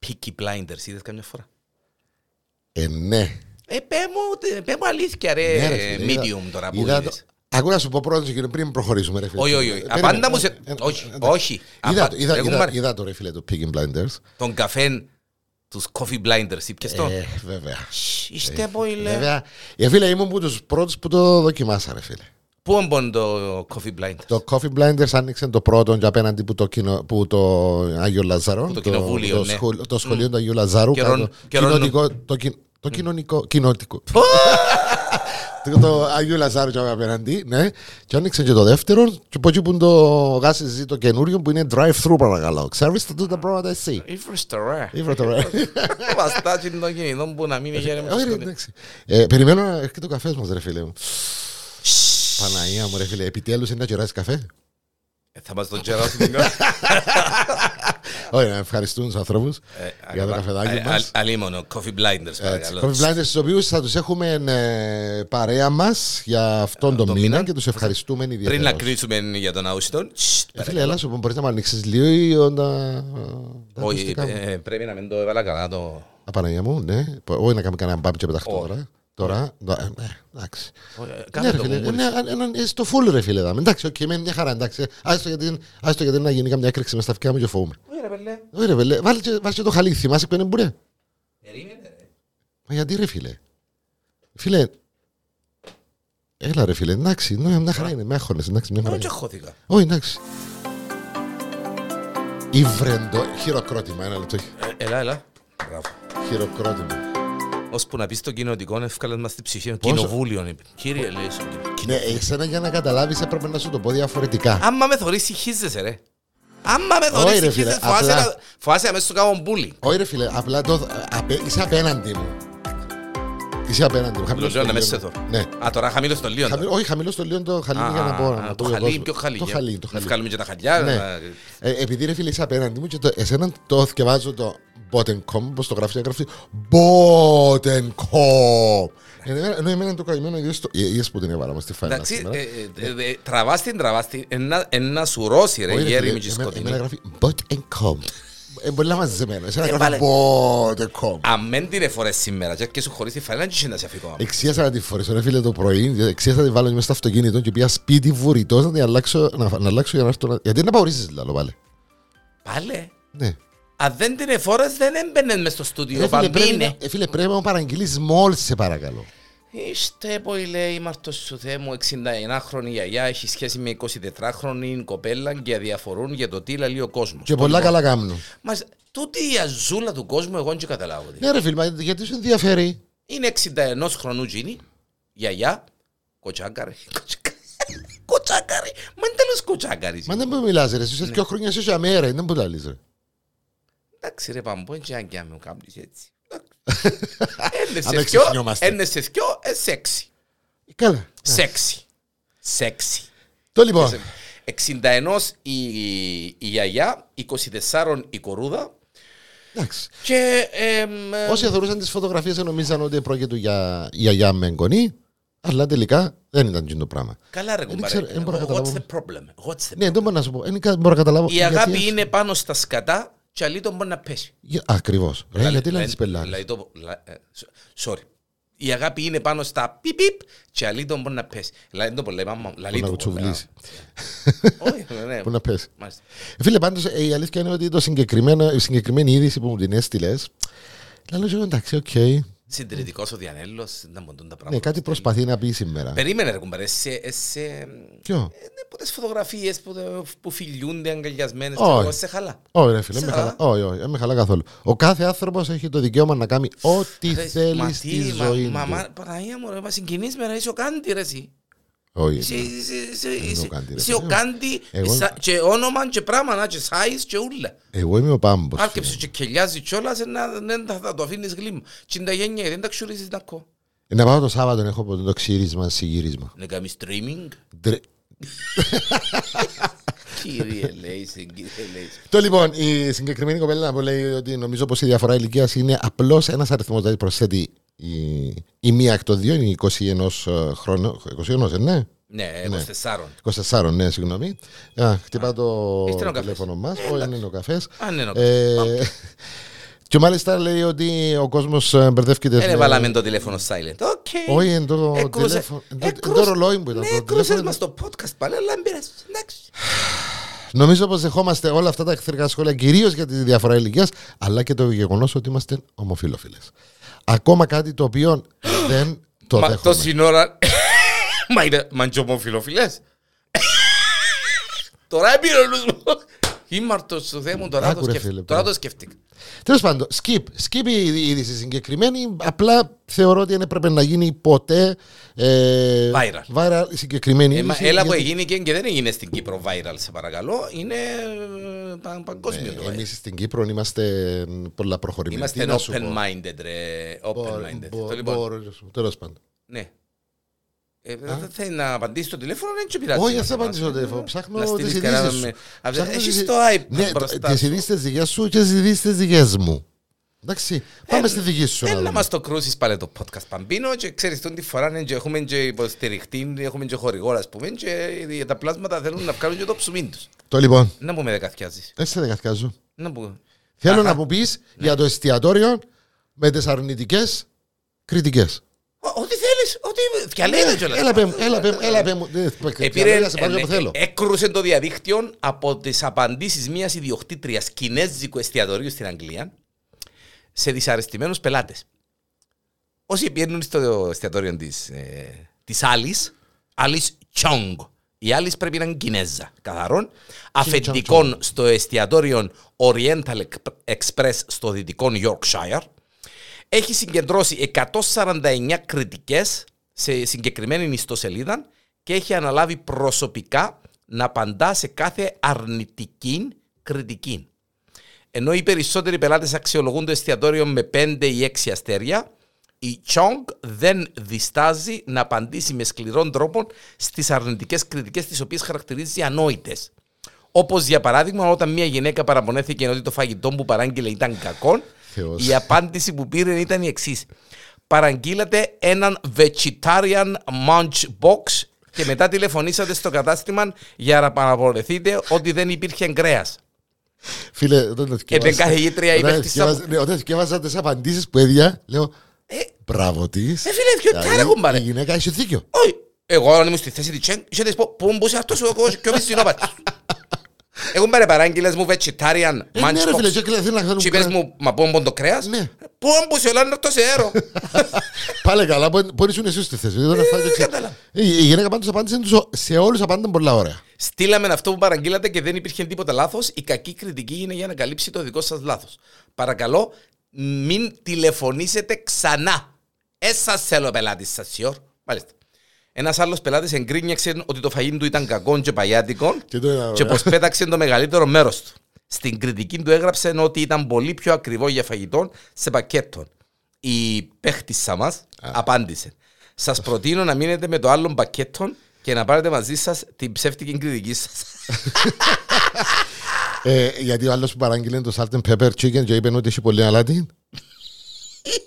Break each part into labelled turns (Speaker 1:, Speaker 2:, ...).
Speaker 1: Peaky Blinders, είδες καμιά φορά.
Speaker 2: Ε, ναι.
Speaker 1: Ε, πέ μου, πέ μου αλήθεια ρε,
Speaker 2: Ναι, ρε, φίλε,
Speaker 1: medium
Speaker 2: είδα-
Speaker 1: τώρα που
Speaker 2: είδα
Speaker 1: είδες.
Speaker 2: το- Ακούω να σου πω πρώτα κύριε, πριν προχωρήσουμε ρε φίλε.
Speaker 1: Όχι, όχι, όχι.
Speaker 2: Περίμενε.
Speaker 1: Απάντα μου σε-
Speaker 2: Ε, ε,
Speaker 1: όχι,
Speaker 2: εντάξει.
Speaker 1: όχι.
Speaker 2: Είδα,
Speaker 1: Απα-
Speaker 2: το- είδα,
Speaker 1: Εγώ
Speaker 2: είδα,
Speaker 1: μάρ-
Speaker 2: είδα το ρε φίλε το Pig Blinders.
Speaker 1: Τον καφέ, τους coffee blinders, ήπιες το.
Speaker 2: Ε, βέβαια.
Speaker 1: Σ, Είστε πολύ.
Speaker 2: Βέβαια, ε, φίλε, ήμουν από τους πρώτους που το δοκιμάσα, ρε φίλε.
Speaker 1: Πού έμπον το coffee blinders.
Speaker 2: Το Coffee Blinders άνοιξε το πρώτο και απέναντι που το, κοινο, που το Άγιο Λαζαρό.
Speaker 1: Που το κοινοβούλιο,
Speaker 2: το,
Speaker 1: ναι.
Speaker 2: σχολ- το σχολείο του Αγίου Λαζάρου.
Speaker 1: Καιρόν-
Speaker 2: κάτω-
Speaker 1: καιρόν-
Speaker 2: κοινοτικό- το, κοι- το κοινωνικό. Κοινότικο. το, το Αγίου Λαζάρου και απέναντι, ναι. Και άνοιξε και το δεύτερο. Και από εκεί που είναι το γάσι ζει το καινούριο που είναι drive-through παρακαλώ. Ξέρεις τα τούτα πράγματα εσύ.
Speaker 1: Ήφραστε ρε.
Speaker 2: Ήβρα το ρε.
Speaker 1: Ε, Βαστάκι το κινητό που να μην με χαίρε με το
Speaker 2: Όχι, ρε,
Speaker 1: σκοτεινό.
Speaker 2: εντάξει. Ε, Περιμένω να έρχεται ο καφές μας, ρε φίλε μου. Παναία μου, ρε φίλε, επιτέλους είναι να κεράσει καφέ.
Speaker 1: Ε, Θα μας τον τζεράσουν την κόρη.
Speaker 2: Όχι, να ευχαριστούν τους ανθρώπους
Speaker 1: Ε,
Speaker 2: για το
Speaker 1: αγαπά-
Speaker 2: καφεδάκι
Speaker 1: ε,
Speaker 2: μας.
Speaker 1: α- Αλίμονο, coffee blinders παρακαλώ.
Speaker 2: Coffee Blinders, τους οποίους θα τους έχουμε ε, παρέα μας για αυτόν τον
Speaker 1: τον
Speaker 2: μήνα
Speaker 1: Ε, μήνα.
Speaker 2: και τους ευχαριστούμε
Speaker 1: Πριν να
Speaker 2: ιδιαίτερα.
Speaker 1: κλείσουμε για τον Άουστον, τσ,
Speaker 2: Ε, Φίλε, έλα σου πω, μπορείς να μου ανοίξεις λίγο ή όντα. τα
Speaker 1: όχι,
Speaker 2: ακουστικά μου.
Speaker 1: ε, πρέπει να μην το έβαλα καλά το...
Speaker 2: Α, Παναγία μου, ναι. Όχι να κάνουμε κανένα μπάμπι και πεταχτώ
Speaker 1: Όχι.
Speaker 2: τώρα. Τώρα, ε, ε, εντάξει.
Speaker 1: Ε,
Speaker 2: Ναι,
Speaker 1: Κάνε
Speaker 2: ρε
Speaker 1: το
Speaker 2: φίλε,
Speaker 1: κουμπούρι.
Speaker 2: ναι, αν- έναν- ε, στο full ρε φίλε δάμε. Εντάξει, οκ, με μια χαρά, εντάξει. Άστο γιατί, άστο γιατί να γίνει καμιά έκρηξη μες στα αυτιά μου και φοβούμαι.
Speaker 1: Όχι, ρε, πελέ.
Speaker 2: Όχι ρε φίλε, βάλε και- βάλε και το χαλί, θυμάσαι που είναι μπουρέ.
Speaker 1: eh, Περίμενε, ρε.
Speaker 2: Μα γιατί ρε φίλε. Φίλε, έλα ρε φίλε, εντάξει, ναι, μια χαρά είναι, μια χώνες, εντάξει, μια χαρά
Speaker 1: Εγώ
Speaker 2: είναι.
Speaker 1: και χώθηκα.
Speaker 2: Όχι, εντάξει. Ήβρεντο, χειροκρότημα, ένα λεπτό,
Speaker 1: Ε, Έλα, έλα. Μπράβο.
Speaker 2: χειροκρότημα.
Speaker 1: Ώσπου να πεις το κοινοτικό, έφκαλες μας στην ψυχή.
Speaker 2: Πόσο-
Speaker 1: Κοινοβούλιο, είπε. Κύριε, λέει σου. κοινο- κοινο-
Speaker 2: Ναι, εσένα για να καταλάβεις έπρεπε να σου το πω διαφορετικά.
Speaker 1: Άμα με θωρείς, συγχύζεσαι, ρε. Άμα με
Speaker 2: ρε,
Speaker 1: θωρείς,
Speaker 2: φίλε,
Speaker 1: συγχύζεσαι. Φοάσαι
Speaker 2: απλά-
Speaker 1: να- Φοάσαι να μέσα σου κάνω μπούλι.
Speaker 2: Όχι ρε φίλε, απλά το, απε, είσαι απέναντι μου. Είσαι απέναντι μου. χαμηλός
Speaker 1: Λέω να
Speaker 2: το
Speaker 1: με
Speaker 2: λίον.
Speaker 1: σέθω.
Speaker 2: Ναι.
Speaker 1: Α, τώρα χαμήλω στο λίγο.
Speaker 2: Χαμη- όχι, χαμηλός το λίγο το χαλί
Speaker 1: Α,
Speaker 2: για να πω. να
Speaker 1: α,
Speaker 2: το
Speaker 1: Το
Speaker 2: πει ο
Speaker 1: χαλί,
Speaker 2: κόσμος.
Speaker 1: πιο χαλί. ε.
Speaker 2: Το
Speaker 1: για-
Speaker 2: χαλί, το
Speaker 1: Να
Speaker 2: χαλί.
Speaker 1: βγάλουμε και τα χαλιά.
Speaker 2: Ναι.
Speaker 1: να-
Speaker 2: Ε, επειδή ρε φίλε είσαι απέναντι μου και το, εσένα το θυκευάζω το Botencom, πως το γράφει, γράφει Botencom. Ενώ- Ενώ Ε, εμένα είναι το καημένο, είδες το- ε, είδες που την έβαλα μας στη φάιλα
Speaker 1: Εντάξει,
Speaker 2: σήμερα.
Speaker 1: ε, ε, ε, ε, τραβάς την, τραβάς την. Ένα- Ένα σου ρώσει, ρε,
Speaker 2: Όχι, ρε,
Speaker 1: γέρι
Speaker 2: φίλε,
Speaker 1: μου και
Speaker 2: ε, εμένα-
Speaker 1: σκοτεινή.
Speaker 2: Εμένα γράφει Botencom. Ε, Μπορεί να μαζεμένο, εσένα γράφεις
Speaker 1: βάλε.
Speaker 2: Botencom.
Speaker 1: Αν δεν την εφορές σήμερα και έρχεσαι χωρίς τη φανέλα, δεν να σε αφήκω. άμα.
Speaker 2: Εξίασα να τη φορέσω, ρε φίλε, το πρωί. Εξίασα να τη βάλω μέσα στο αυτοκίνητο και πήγα σπίτι βουρητός να την αλλάξω, να, να αλλάξω για να έρθω. να- Γιατί να παωρίζει, λαλό πάλι.
Speaker 1: Πάλε.
Speaker 2: Ναι.
Speaker 1: Αν δεν την εφόρες δεν έμπαινες μες στο
Speaker 2: Ρε
Speaker 1: στούντιο.
Speaker 2: φίλε, πρέπει,
Speaker 1: Παμπίνε.
Speaker 2: να, ε, φίλε, πρέπει να μου παραγγείλεις μόλις, σε παρακαλώ.
Speaker 1: Είστε πολύ λέει Μάρτος σου Θεέ μου 69χρονη γιαγιά έχει σχέση με 24χρονη κοπέλα και αδιαφορούν για το τι λέει ο κόσμος.
Speaker 2: Και πολλά καλά κάνουν.
Speaker 1: Μας τούτη η αζούλα του κόσμου εγώ δεν και καταλάβω. τι.
Speaker 2: Ναι, ρε φίλε, μα γιατί σου ενδιαφέρει.
Speaker 1: Είναι 61 χρονού τζίνι, γιαγιά, κοτσάκαρη. κοτσάκα- Κοτσάκαρη. Μα είναι τέλος κοτσάκαρη.
Speaker 2: Μα δεν μου μιλάς ρε,
Speaker 1: Ναι.
Speaker 2: εσύ είσαι δύο χρόνια εσύ για μέρα, δεν μου τα λες, ρε.
Speaker 1: Εντάξει ρε παμπό, έτσι αν και αν με κάνεις έτσι.
Speaker 2: Άμα
Speaker 1: Εντάξει.
Speaker 2: ξεχνιόμαστε.
Speaker 1: Ένε σε δυο, ε, σεξι.
Speaker 2: Καλά.
Speaker 1: Σεξι. Σεξι.
Speaker 2: Το λοιπόν,
Speaker 1: 61 η, η γιαγιά, 24 η κορούδα
Speaker 2: εντάξει.
Speaker 1: και εμ, ε,
Speaker 2: Όσοι θεωρούσαν τις φωτογραφίες νομίζαν ότι πρόκειται για γιαγιά με εγγονή, αλλά τελικά δεν ήταν τζιν το πράγμα.
Speaker 1: Καλά ρε
Speaker 2: Δεν
Speaker 1: κουμπάρε, ε,
Speaker 2: ξέρω, δεν μπορώ να
Speaker 1: what's the
Speaker 2: καταλάβω.
Speaker 1: problem, what's the
Speaker 2: Ναι, δεν μπορώ να σου πω. Δεν μπορώ να καταλάβω.
Speaker 1: Ε, Η
Speaker 2: γιατί
Speaker 1: αγάπη
Speaker 2: έτσι.
Speaker 1: είναι πάνω στα σκατά και αλλή τον μπορεί να πέσει.
Speaker 2: Για- Ακριβώς. Ρε,
Speaker 1: Δηλαδή-
Speaker 2: Ε, γιατί λένε τις πελάτες.
Speaker 1: δηλαδή το- λα- ε, so- Sorry. Η αγάπη είναι πάνω στα πιπ πιπ και αλλή τον μπορεί να πέσει. Λαλή το πολύ, μάμα. μου, Λαλή
Speaker 2: Μπορεί
Speaker 1: το
Speaker 2: να
Speaker 1: πολύ.
Speaker 2: κουτσουβλήσει.
Speaker 1: Όχι, ναι, ναι.
Speaker 2: Πού να πες.
Speaker 1: Μάλιστα.
Speaker 2: Ε, Φίλε, πάντως η αλήθεια είναι ότι το συγκεκριμένο, η συγκεκριμένη είδηση που μου την έστειλες. Λέω εγώ εντάξει, οκ.
Speaker 1: Συντηρητικός ο Διανέλος, να μποντούν τα
Speaker 2: Ναι,
Speaker 1: πράγματα.
Speaker 2: κάτι προσπαθεί να πει σήμερα.
Speaker 1: Περίμενε ρε κουμπάρε, σε- ε, σε-
Speaker 2: Ποιο?
Speaker 1: Ε, ναι, Που τις φωτογραφίες που, που φιλιούνται αγκαλιασμένες
Speaker 2: Όχι.
Speaker 1: Εγώ σε χαλά.
Speaker 2: Όχι, ρε φίλε,
Speaker 1: Σε
Speaker 2: με
Speaker 1: χαρά.
Speaker 2: χαλά. Όχι, όχι, με χαλά καθόλου. Ο κάθε άνθρωπος έχει το δικαίωμα να κάνει ό,τι
Speaker 1: Ρε,
Speaker 2: θέλεις
Speaker 1: μα τι,
Speaker 2: στη
Speaker 1: μα-
Speaker 2: ζωή
Speaker 1: μα- μα-
Speaker 2: του.
Speaker 1: Παναγία μου, ρε, μα συγκινείς με, ρε, είσαι ο Κάντι, ρε, εσύ. Είσαι-
Speaker 2: Όχι.
Speaker 1: είσαι- είσαι-
Speaker 2: Ε, ο
Speaker 1: είσαι-
Speaker 2: Κάντι, ρε,
Speaker 1: Είσαι ο
Speaker 2: παιδί.
Speaker 1: Κάντι
Speaker 2: Εγώ-
Speaker 1: σα- και όνομα και πράγμα, να, και size και ούλα.
Speaker 2: Εγώ είμαι ο πάμπος.
Speaker 1: Άρκεψε και κελιάζει κιόλας, ε, να- ναι, θα- θα το αφήνεις γλύμ. Τι είναι τα γένια, δεν τα ξουρίζεις να κο.
Speaker 2: Να πάω το Σάββατο, έχω το ξύρισμα, συγύρισμα.
Speaker 1: Να κάνεις streaming.
Speaker 2: Ντρε-
Speaker 1: Κύριε Λέιση, κύριε Λέιση.
Speaker 2: Το λοιπόν, η συγκεκριμένη κοπέλα που λέει ότι νομίζω πως η διαφορά ηλικίας είναι απλώς ένας αριθμός. Δηλαδή προσθέτει η, η μία εκ των δύο, είναι 21 χρόνο. 21, ε, ναι.
Speaker 1: Ναι, εγώ τεσσάρων.
Speaker 2: 24, ναι, συγγνώμη. Α, χτυπά το
Speaker 1: Ύστερα ο καφές.
Speaker 2: τηλέφωνο μας. Όχι, δεν είναι ο καφές.
Speaker 1: Α, ναι, ναι,
Speaker 2: Ε, Και μάλιστα λέει ότι ο κόσμος μπερδεύκεται.
Speaker 1: Δεν Ε, βάλαμε το τηλέφωνο silent. Οκ.
Speaker 2: Ε, ναι.
Speaker 1: Ε,
Speaker 2: Όχι, εν το
Speaker 1: Έκρουσε-
Speaker 2: τηλέφωνο. εν το- εν
Speaker 1: έκρουσε-
Speaker 2: Το ρολόι μου ήταν.
Speaker 1: Ναι,
Speaker 2: το
Speaker 1: κρούσες
Speaker 2: τηλέφωνο.
Speaker 1: μας το podcast πάλι, αλλά μην πειράζει. Εντάξει.
Speaker 2: Νομίζω πως δεχόμαστε όλα αυτά τα εχθρικά σχόλια κυρίως για τη διαφορά ηλικίας, αλλά και το γεγονός ότι είμαστε ομοφιλόφιλε. Ακόμα κάτι το οποίο δεν το
Speaker 1: Μα
Speaker 2: δέχομαι.
Speaker 1: τόση ώρα. Μα είναι μαντζομοφιλοφιλές. Τώρα έπειρε ο νους μου. Ήμαρτος στο θέμα μου, τώρα το
Speaker 2: Άκουρε,
Speaker 1: σκεφ-
Speaker 2: φίλε,
Speaker 1: τώρα
Speaker 2: πέρα.
Speaker 1: το σκεφτήκα.
Speaker 2: Τέλος πάντων, skip. Skip η είδηση συγκεκριμένη. Απλά θεωρώ ότι δεν έπρεπε να γίνει ποτέ. Ε,
Speaker 1: Viral.
Speaker 2: viral η συγκεκριμένη
Speaker 1: Ε, μα
Speaker 2: είδηση,
Speaker 1: Έλα που
Speaker 2: γιατί-
Speaker 1: έγινε και, και δεν έγινε στην Κύπρο viral, σε παρακαλώ. Είναι ε, πα- παγκόσμιο το
Speaker 2: Εμείς στην Κύπρο είμαστε πολλά προχωρημένοι.
Speaker 1: Είμαστε
Speaker 2: Ναι, Τι να σου πω.
Speaker 1: open-minded, ρε. Open-minded.
Speaker 2: Μπο-
Speaker 1: Το λοιπόν,
Speaker 2: μπο- Τέλος πάντων.
Speaker 1: ναι. Ε, Δεν θέλει να απαντήσει το τηλέφωνο, δεν σου πειράζει.
Speaker 2: Όχι,
Speaker 1: να
Speaker 2: δεν θα
Speaker 1: το
Speaker 2: απαντήσω το
Speaker 1: πάρεις.
Speaker 2: τηλέφωνο.
Speaker 1: Ναι.
Speaker 2: Ψάχνω
Speaker 1: Να
Speaker 2: τις
Speaker 1: στείλεις
Speaker 2: ειδήσεις
Speaker 1: κανένα
Speaker 2: σου.
Speaker 1: με- Α,
Speaker 2: Ψάχνω τις
Speaker 1: Έχεις
Speaker 2: ειδ-
Speaker 1: το
Speaker 2: Ναι,
Speaker 1: iPad μπροστά
Speaker 2: τις
Speaker 1: σου.
Speaker 2: ειδήσεις δικιάς σου και τις ειδήσεις δικιά μου. Εντάξει, πάμε στη δική σου. να
Speaker 1: Έλα να
Speaker 2: δούμε.
Speaker 1: μας το κρούσεις πάλι το podcast Παμπίνο και ξέρεις τον τη φορά ναι, και έχουμε και υποστηριχτή, έχουμε και χορηγό ας πούμε και για τα πλάσματα θέλουν να βγάλουν και το ψουμί τους.
Speaker 2: Το λοιπόν,
Speaker 1: Να πούμε δεκαθιάζεις.
Speaker 2: έτσι δεν καθιάζω.
Speaker 1: Να πούμε.
Speaker 2: Θέλω
Speaker 1: Αχα. Ναι.
Speaker 2: να μου πεις για το εστιατόριο με τις αρνητικές κριτικές.
Speaker 1: Ό- Ό,τι θέλεις, ό,τι διαλέγεις κιόλας.
Speaker 2: Ναι, Έλα πέ μου, έλα πέ μου, έλα πέ μου. Ε,
Speaker 1: Επήρε,
Speaker 2: διαλέγα σε πάνω που θέλω.
Speaker 1: ε, έκρουσε το διαδίκτυο από τις απαντήσεις μιας ιδιοκτήτριας κινέζικου εστιατορίου στην Αγγλία σε δυσαρεστημένους πελάτες. Όσοι πηγαίνουν στο εστιατόριο της ε, της άλλη, άλλη Τσόγκ. Η άλλη πρέπει να είναι Κινέζα. Καθαρόν. Αφεντικών στο εστιατόριο Oriental Express στο δυτικό Yorkshire έχει συγκεντρώσει 149 κριτικές σε συγκεκριμένη ιστοσελίδα και έχει αναλάβει προσωπικά να απαντά σε κάθε αρνητική κριτική. Ενώ οι περισσότεροι πελάτες αξιολογούν το εστιατόριο με 5 ή 6 αστέρια, η Chong δεν διστάζει να απαντήσει με σκληρών τρόπων στις αρνητικές κριτικές τις οποίες χαρακτηρίζει ανόητες. Όπως για παράδειγμα, όταν μια γυναίκα παραπονέθηκε ότι το φαγητό που παράγγειλε ήταν κακό,
Speaker 2: Θεός.
Speaker 1: η απάντηση που πήρε ήταν η εξής. Παραγγείλατε έναν vegetarian munch box και μετά τηλεφωνήσατε στο κατάστημα για να παραπονεθείτε ότι δεν υπήρχε κρέας.
Speaker 2: Φίλε, όταν το
Speaker 1: Ε, δεν
Speaker 2: θυκεύασα-
Speaker 1: καθηγήτρια είπε
Speaker 2: όταν
Speaker 1: χτισά-
Speaker 2: θυκεύασα- ναι, Όταν θυκεύασα τις απαντήσεις που έδια, λέω μπράβο της. Ε,
Speaker 1: φίλε, δυο- τι άλλο κουμπάρε.
Speaker 2: Η γυναίκα έχει δίκιο.
Speaker 1: Όχι. Εγώ αν ήμουν στη θέση της Τσέν, είχε της πω, πού μου είσαι αυτός ο κόκκος και ο μισής συνόπας. Εγώ μπαρε παράγγειλες μου vegetarian
Speaker 2: Ε, Ναι,
Speaker 1: munch
Speaker 2: ρε φίλε,
Speaker 1: box.
Speaker 2: και κλαθεί να
Speaker 1: Και
Speaker 2: κάνουν
Speaker 1: είπες
Speaker 2: κρα-
Speaker 1: μου, μα πού μπουν το κρέας.
Speaker 2: Ναι.
Speaker 1: Πού μπουν σε όλα το σέρο.
Speaker 2: Πάλε καλά, μπορεί να είσαι στη θέση. Δεν φάει το ξε-
Speaker 1: Ε, κατάλαβα.
Speaker 2: Η η γυναίκα πάντως απάντησε τους- σε όλους απάντησαν πολλά ωραία.
Speaker 1: Στείλαμε αυτό που παραγγείλατε και δεν υπήρχε τίποτα λάθος. Η κακή κριτική είναι για να καλύψει το δικό σας λάθος. Παρακαλώ, μην τηλεφωνήσετε ξανά. Εσά θέλω πελάτης σας, σιόρ. Μάλιστα. Ένας άλλος πελάτης εγκρίνιαξε ότι το φαγητό του ήταν κακό και παγιάτικο
Speaker 2: Και το είδα,
Speaker 1: και
Speaker 2: ωραία.
Speaker 1: πως πέταξε το μεγαλύτερο μέρος του. Στην κριτική του έγραψε ότι ήταν πολύ πιο ακριβό για φαγητό σε πακέτο. Η παίχτησα μα απάντησε. Σας προτείνω να μείνετε με το άλλο πακέτο και να πάρετε μαζί σας την ψεύτικη κριτική σας.
Speaker 2: Ε, γιατί ο άλλος που παράγγειλε το salt and pepper chicken και είπε ότι έχει πολύ αλάτι.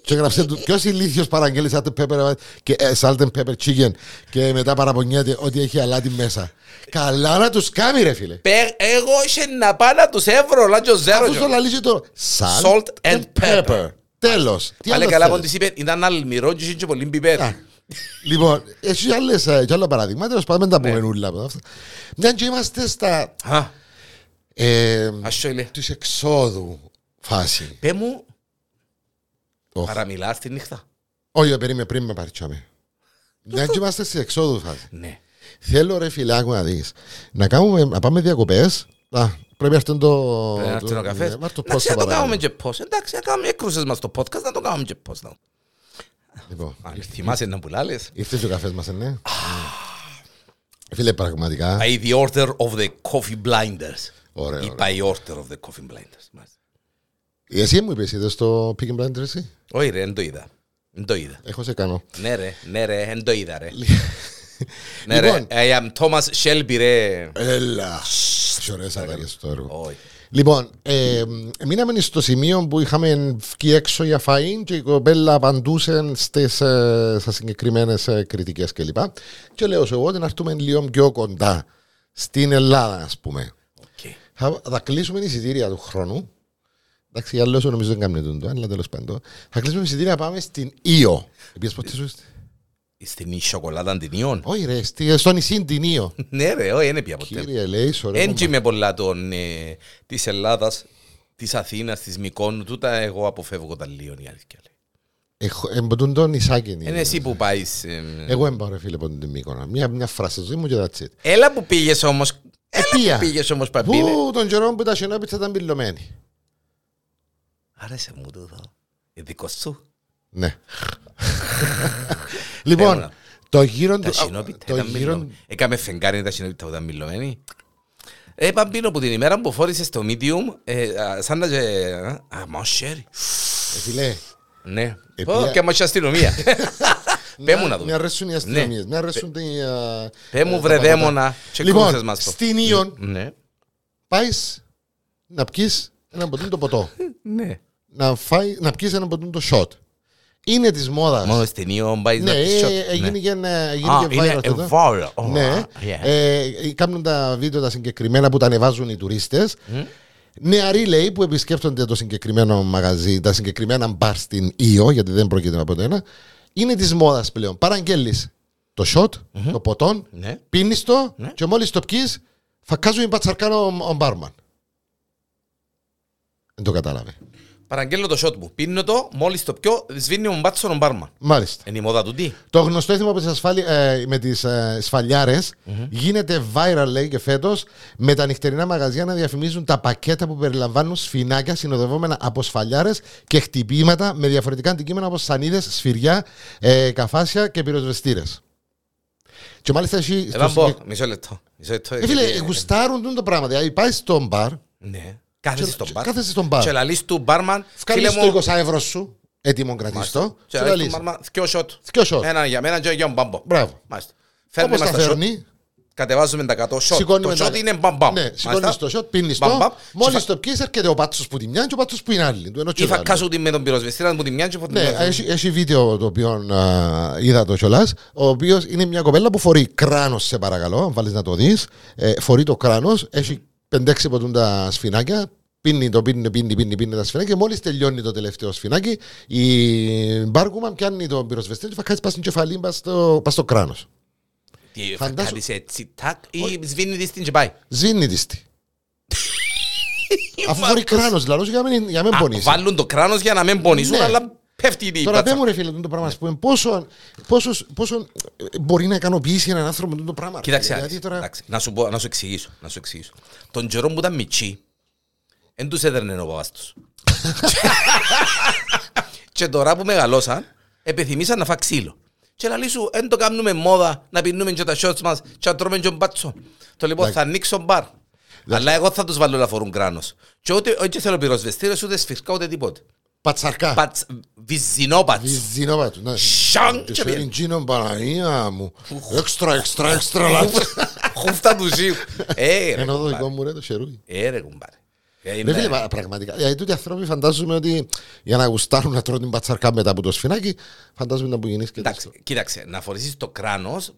Speaker 2: και έγραψε του, ποιος ηλίθιος παραγγέλει salt and pepper, και, ε, salt and pepper chicken και μετά παραπονιέται ότι έχει αλάτι μέσα. Καλά να τους κάνει ρε φίλε.
Speaker 1: Εγώ είχε να πάω να τους έβρω, λάτζο
Speaker 2: Αφού στο
Speaker 1: ζέρο.
Speaker 2: λαλίζει το salt,
Speaker 1: Salt and pepper.
Speaker 2: Τέλος. Τι
Speaker 1: Αλλά
Speaker 2: άλλο
Speaker 1: καλά που
Speaker 2: θέλεις?
Speaker 1: τη είπε, ήταν αλμυρό και είχε και πολύ πιπέρι.
Speaker 2: Α, Λοιπόν, έχει άλλες, ε, κι άλλα παραδείγματα, τέλος πάντων,
Speaker 1: Ναι.
Speaker 2: δεν τα πούμε όλα από αυτά. Μια και είμαστε στα
Speaker 1: Α,
Speaker 2: ε,
Speaker 1: ασχολή.
Speaker 2: της εξόδου φάση.
Speaker 1: Πε μου,
Speaker 2: Ωχ.
Speaker 1: παραμιλάς τη νύχτα.
Speaker 2: Όχι, περίμενε πριν με παρτσάμε. Μια και είμαστε στην εξόδου φάση.
Speaker 1: Ναι.
Speaker 2: Θέλω ρε φιλάκο να δεις. Να, κάνουμε, να πάμε διακοπές. Α, πρέπει αυτό το...
Speaker 1: Πρέπει Ε, να έρθει ο καφές.
Speaker 2: Ναι, βάρ' το
Speaker 1: Εντάξει,
Speaker 2: πόσα
Speaker 1: να το
Speaker 2: παράδειγμα.
Speaker 1: κάνουμε και πώς. Εντάξει, να κάνουμε έκρουσες μας το podcast, να το κάνουμε και πώς. να-
Speaker 2: Λοιπόν,
Speaker 1: Αν θυμάσαι να πουλάλες.
Speaker 2: ήρθε και ο καφές μας, ε, ναι. Φίλε, πραγματικά.
Speaker 1: By the order of the coffee blinders.
Speaker 2: Ωραίο,
Speaker 1: Ή
Speaker 2: ωραίο.
Speaker 1: by order of the coffee blinders. μάλιστα.
Speaker 2: Εσύ μου είπες, είδες το Pick and Blinders, εσύ.
Speaker 1: Όχι ρε, δεν το είδα. Δεν το είδα.
Speaker 2: Έχω σε κάνω.
Speaker 1: Ναι ρε, ναι ρε, δεν το είδα ρε. Ναι ρε,
Speaker 2: Λοιπόν.
Speaker 1: I am Thomas Shelby ρε.
Speaker 2: Έλα. Τι ωραίες αλλαγές στο έργο.
Speaker 1: Όχι.
Speaker 2: Λοιπόν, ε, μείναμε στο σημείο που είχαμε βγει έξω για φαΐν και η κοπέλα απαντούσε στις, ε, στα συγκεκριμένες ε, κριτικές κλπ. Και λέω σε εγώ ότι να έρθουμε λίγο πιο κοντά στην Ελλάδα, ας πούμε.
Speaker 1: Οκ.
Speaker 2: Θα, θα κλείσουμε εισιτήρια του χρόνου. εντάξει, Εντάξει, άλλο όσο νομίζω δεν κάνει τούτο, αλλά τέλος πάντων. Θα κλείσουμε με εισιτήρια, πάμε στην Ήο. Επίσης ποτέ σου είστε.
Speaker 1: Στην σοκολάτα αντινίων.
Speaker 2: Όχι ρε, στη- στο νησί είναι την Ήο.
Speaker 1: Ναι, ρε, όχι, δεν πια ποτέ.
Speaker 2: Κύριε λέει, ωραίο.
Speaker 1: Έτσι με πολλά των ε, της Ελλάδας, της Αθήνας, της Μικόνου, τούτα εγώ αποφεύγω τα λίον η αλήθεια. λέει.
Speaker 2: Εμποτούν το νησάκι είναι.
Speaker 1: Είναι εσύ που ε, πάει.
Speaker 2: Ναι, Εγώ δεν πάω ρε φίλε από την Μύκονα. Μια, μια φράση ζωή μου και that's it.
Speaker 1: ε, Έλα που πήγες όμως. Έλα
Speaker 2: Επία.
Speaker 1: που πήγες όμως, Παπίνε.
Speaker 2: Πού τον καιρό που τα σιωνόπιτσα ήταν πυλωμένη.
Speaker 1: Άρεσε μου το εδώ. Ε, δικό σου.
Speaker 2: Ναι. λοιπόν,
Speaker 1: Έμουνα.
Speaker 2: το γύρο
Speaker 1: Τα
Speaker 2: του...
Speaker 1: συνόπιτα.
Speaker 2: Το
Speaker 1: ήταν
Speaker 2: γύρο...
Speaker 1: μιλωμένα. Έκαμε φεγγάρι τα συνόπιτα που ήταν μιλωμένοι. Ε, Παπίνο, που την ημέρα που φόρησες το medium, ε, α, σαν να. ε, α, αμόσχερι.
Speaker 2: Ε, Φίλε,
Speaker 1: Ναι.
Speaker 2: Ε,
Speaker 1: Πω,
Speaker 2: πια-
Speaker 1: Και αμόσχερι αστυνομία. Πέ μου να δούμε.
Speaker 2: Να αρέσουν οι αστυνομίες, να αρέσουν την... ε,
Speaker 1: Πέ Ναι. μου βρε δαίμονα και κούρσες
Speaker 2: Λοιπόν,
Speaker 1: μας το.
Speaker 2: στην Ιον
Speaker 1: Ναι.
Speaker 2: πάεις να πιείς ένα ποτούν το ποτό.
Speaker 1: Ναι.
Speaker 2: να, φάει, να πιείς ένα ποτούν το shot. Είναι της μόδας.
Speaker 1: Μόνο στην Ιόν πάει
Speaker 2: Ναι,
Speaker 1: να πεις shot.
Speaker 2: ε, έγινε και ένα-
Speaker 1: Α,
Speaker 2: έγινε και
Speaker 1: είναι
Speaker 2: viral αυτό. το.
Speaker 1: viral. Oh,
Speaker 2: Ναι,
Speaker 1: yeah.
Speaker 2: ε, κάνουν τα βίντεο τα συγκεκριμένα που τα ανεβάζουν οι τουρίστες. Νεαροί λέει που επισκέφτονται το συγκεκριμένο μαγαζί, τα συγκεκριμένα μπαρ στην ΙΟ, γιατί δεν πρόκειται από το ένα, είναι της μόδας πλέον. Παραγγέλνεις το shot, το ποτόν,
Speaker 1: Ναι.
Speaker 2: πίνεις το
Speaker 1: Ναι.
Speaker 2: και μόλις το πιεις, φακάζουν οι πατσαρκάνα ο, ο μπάρμαν. Δεν το κατάλαβε.
Speaker 1: Παραγγέλλω το shot μου. Πίνω το, μόλις το πιω, σβήνει μου μπάτσο τον μπάρμα.
Speaker 2: Μάλιστα.
Speaker 1: Είναι η μόδα του τι.
Speaker 2: Το γνωστό έθιμο από τις ασφάλι, ε, με τις ε, σφαλιάρες γίνεται viral, λέει και φέτος, με τα νυχτερινά μαγαζιά να διαφημίζουν τα πακέτα που περιλαμβάνουν σφινάκια συνοδευόμενα από σφαλιάρες και χτυπήματα με διαφορετικά αντικείμενα όπως σανίδες, σφυριά, ε, καφάσια και πυροσβεστήρες. Και μάλιστα εσύ.
Speaker 1: Εδώ πω, μισό λεπτό. Μισό λεπτό.
Speaker 2: Ε, φίλε,
Speaker 1: γιατί-
Speaker 2: γουστάρουν τούτο το πράγμα. Δηλαδή, πάει στο μπαρ,
Speaker 1: Ναι. Κάθεσαι στον μπάρ.
Speaker 2: κάθεσαι στον μπαρ.
Speaker 1: Και λαλείς του μπάρμαν.
Speaker 2: βγάλει
Speaker 1: Φίλε μου.
Speaker 2: το 20 ευρώ σου, έτοιμο κρατήστο,
Speaker 1: Και
Speaker 2: και
Speaker 1: λαλείς του
Speaker 2: λαλείς,
Speaker 1: μπάρμαν. Δυο shot.
Speaker 2: «Θκυο shot».
Speaker 1: Ένα για μένα και για τον μπάμπο.
Speaker 2: Μπράβο.
Speaker 1: Μάλιστα.
Speaker 2: Όπως
Speaker 1: Φέρνει μας
Speaker 2: τα
Speaker 1: τα shot.
Speaker 2: φέρνει,
Speaker 1: Κατεβάζουμε τα 100 shot.
Speaker 2: Σηκώνει
Speaker 1: Το
Speaker 2: μετά.
Speaker 1: shot είναι μπαμπαμ.
Speaker 2: Ναι, σηκώνεις το shot, πίνεις το. Μόλις το πιει, έρχεται ο πάτσος που τη μια και ο πάτσος που είναι άλλη. Του ενός και
Speaker 1: Ή
Speaker 2: του
Speaker 1: θα
Speaker 2: άλλου.
Speaker 1: κάσω τη με τον πυροσβεστήρα μου τη μια και από την
Speaker 2: Ναι,
Speaker 1: άλλη.
Speaker 2: έχει, έχει βίντεο το οποίο α, είδα το κιόλας, ο οποίος είναι μια κοπέλα που φορεί κράνος, σε παρακαλώ, αν βάλεις να το δεις. Ε, φορεί το κράνος, έχει 5-6 ποτούν τα σφινάκια, πίνει το, πίνει, πίνει, πίνει, πίνει τα σφινάκια. Μόλις τελειώνει το τελευταίο σφινάκι, η μπάρκουμαν πιάνει τον πυροσβεστή και θα κάτσει πας στην κεφαλή, πας στο, πας στο κράνος.
Speaker 1: Τι, θα
Speaker 2: φαντάσου-
Speaker 1: κάνεις έτσι, τάκ, ή σβήνει της στην και πάει.
Speaker 2: Σβήνει της. τη. Αφού φορεί κράνο, δηλαδή, για να μην- για να μην
Speaker 1: Α,
Speaker 2: πονήσει.
Speaker 1: Βάλουν το κράνος για να μην πονήσουν,
Speaker 2: Ναι.
Speaker 1: αλλά πέφτει η
Speaker 2: Τώρα πέ μου
Speaker 1: πατσα.
Speaker 2: ρε φίλε τούτο πράγμα, ας πούμε, πόσο, πόσο, πόσο ε, μπορεί να ικανοποιήσει έναν άνθρωπο τούτο πράγμα. ρε
Speaker 1: Κοίταξε,
Speaker 2: φίλε.
Speaker 1: Άλεξ,
Speaker 2: δηλαδή, τώρα,
Speaker 1: εντάξει, να σου πω- να σου εξηγήσω, να σου εξηγήσω. Τον καιρό που ήταν μητσί, δεν τους έδερνε ο παπάς τους. Και τώρα που μεγαλώσαν, επιθυμήσαν να φά ξύλο. Και λαλί σου, εν το κάνουμε μόδα, να πίνουμε και τα σιότς μας και να τρώμε και μπάτσο. Το λοιπόν, θα ανοίξω μπαρ. Αλλά εγώ θα τους βάλω να φορούν κράνος. Και ούτε, όχι θέλω πυροσβεστήρες, ούτε σφυρκά, ούτε τίποτε.
Speaker 2: πατσαρκά.
Speaker 1: Πατς, βυζινόπατς.
Speaker 2: Βυζίνοβα του, ναι.
Speaker 1: Σιάν
Speaker 2: Και
Speaker 1: και
Speaker 2: φέρει
Speaker 1: πιέν.
Speaker 2: τζίνο, Παναγία μου. Έξτρα, έξτρα, έξτρα λάθος.
Speaker 1: Χούφτα του ζύου. Ε, ρε
Speaker 2: Ενώ το
Speaker 1: κουμπάρε.
Speaker 2: δικό μου ρε το χερούι.
Speaker 1: Ε, ρε κουμπάρε. Ε,
Speaker 2: Ρε
Speaker 1: είναι-
Speaker 2: φίλε, μα- πραγματικά. Γιατί τούτοι άνθρωποι φαντάζομαι ότι για να γουστάρουν να τρώνε την πατσαρκά μετά από το σφινάκι, φαντάζομαι να που γίνεις και
Speaker 1: Εντάξει,
Speaker 2: τέτοιο.
Speaker 1: κοίταξε, να φορήσεις το κράνος,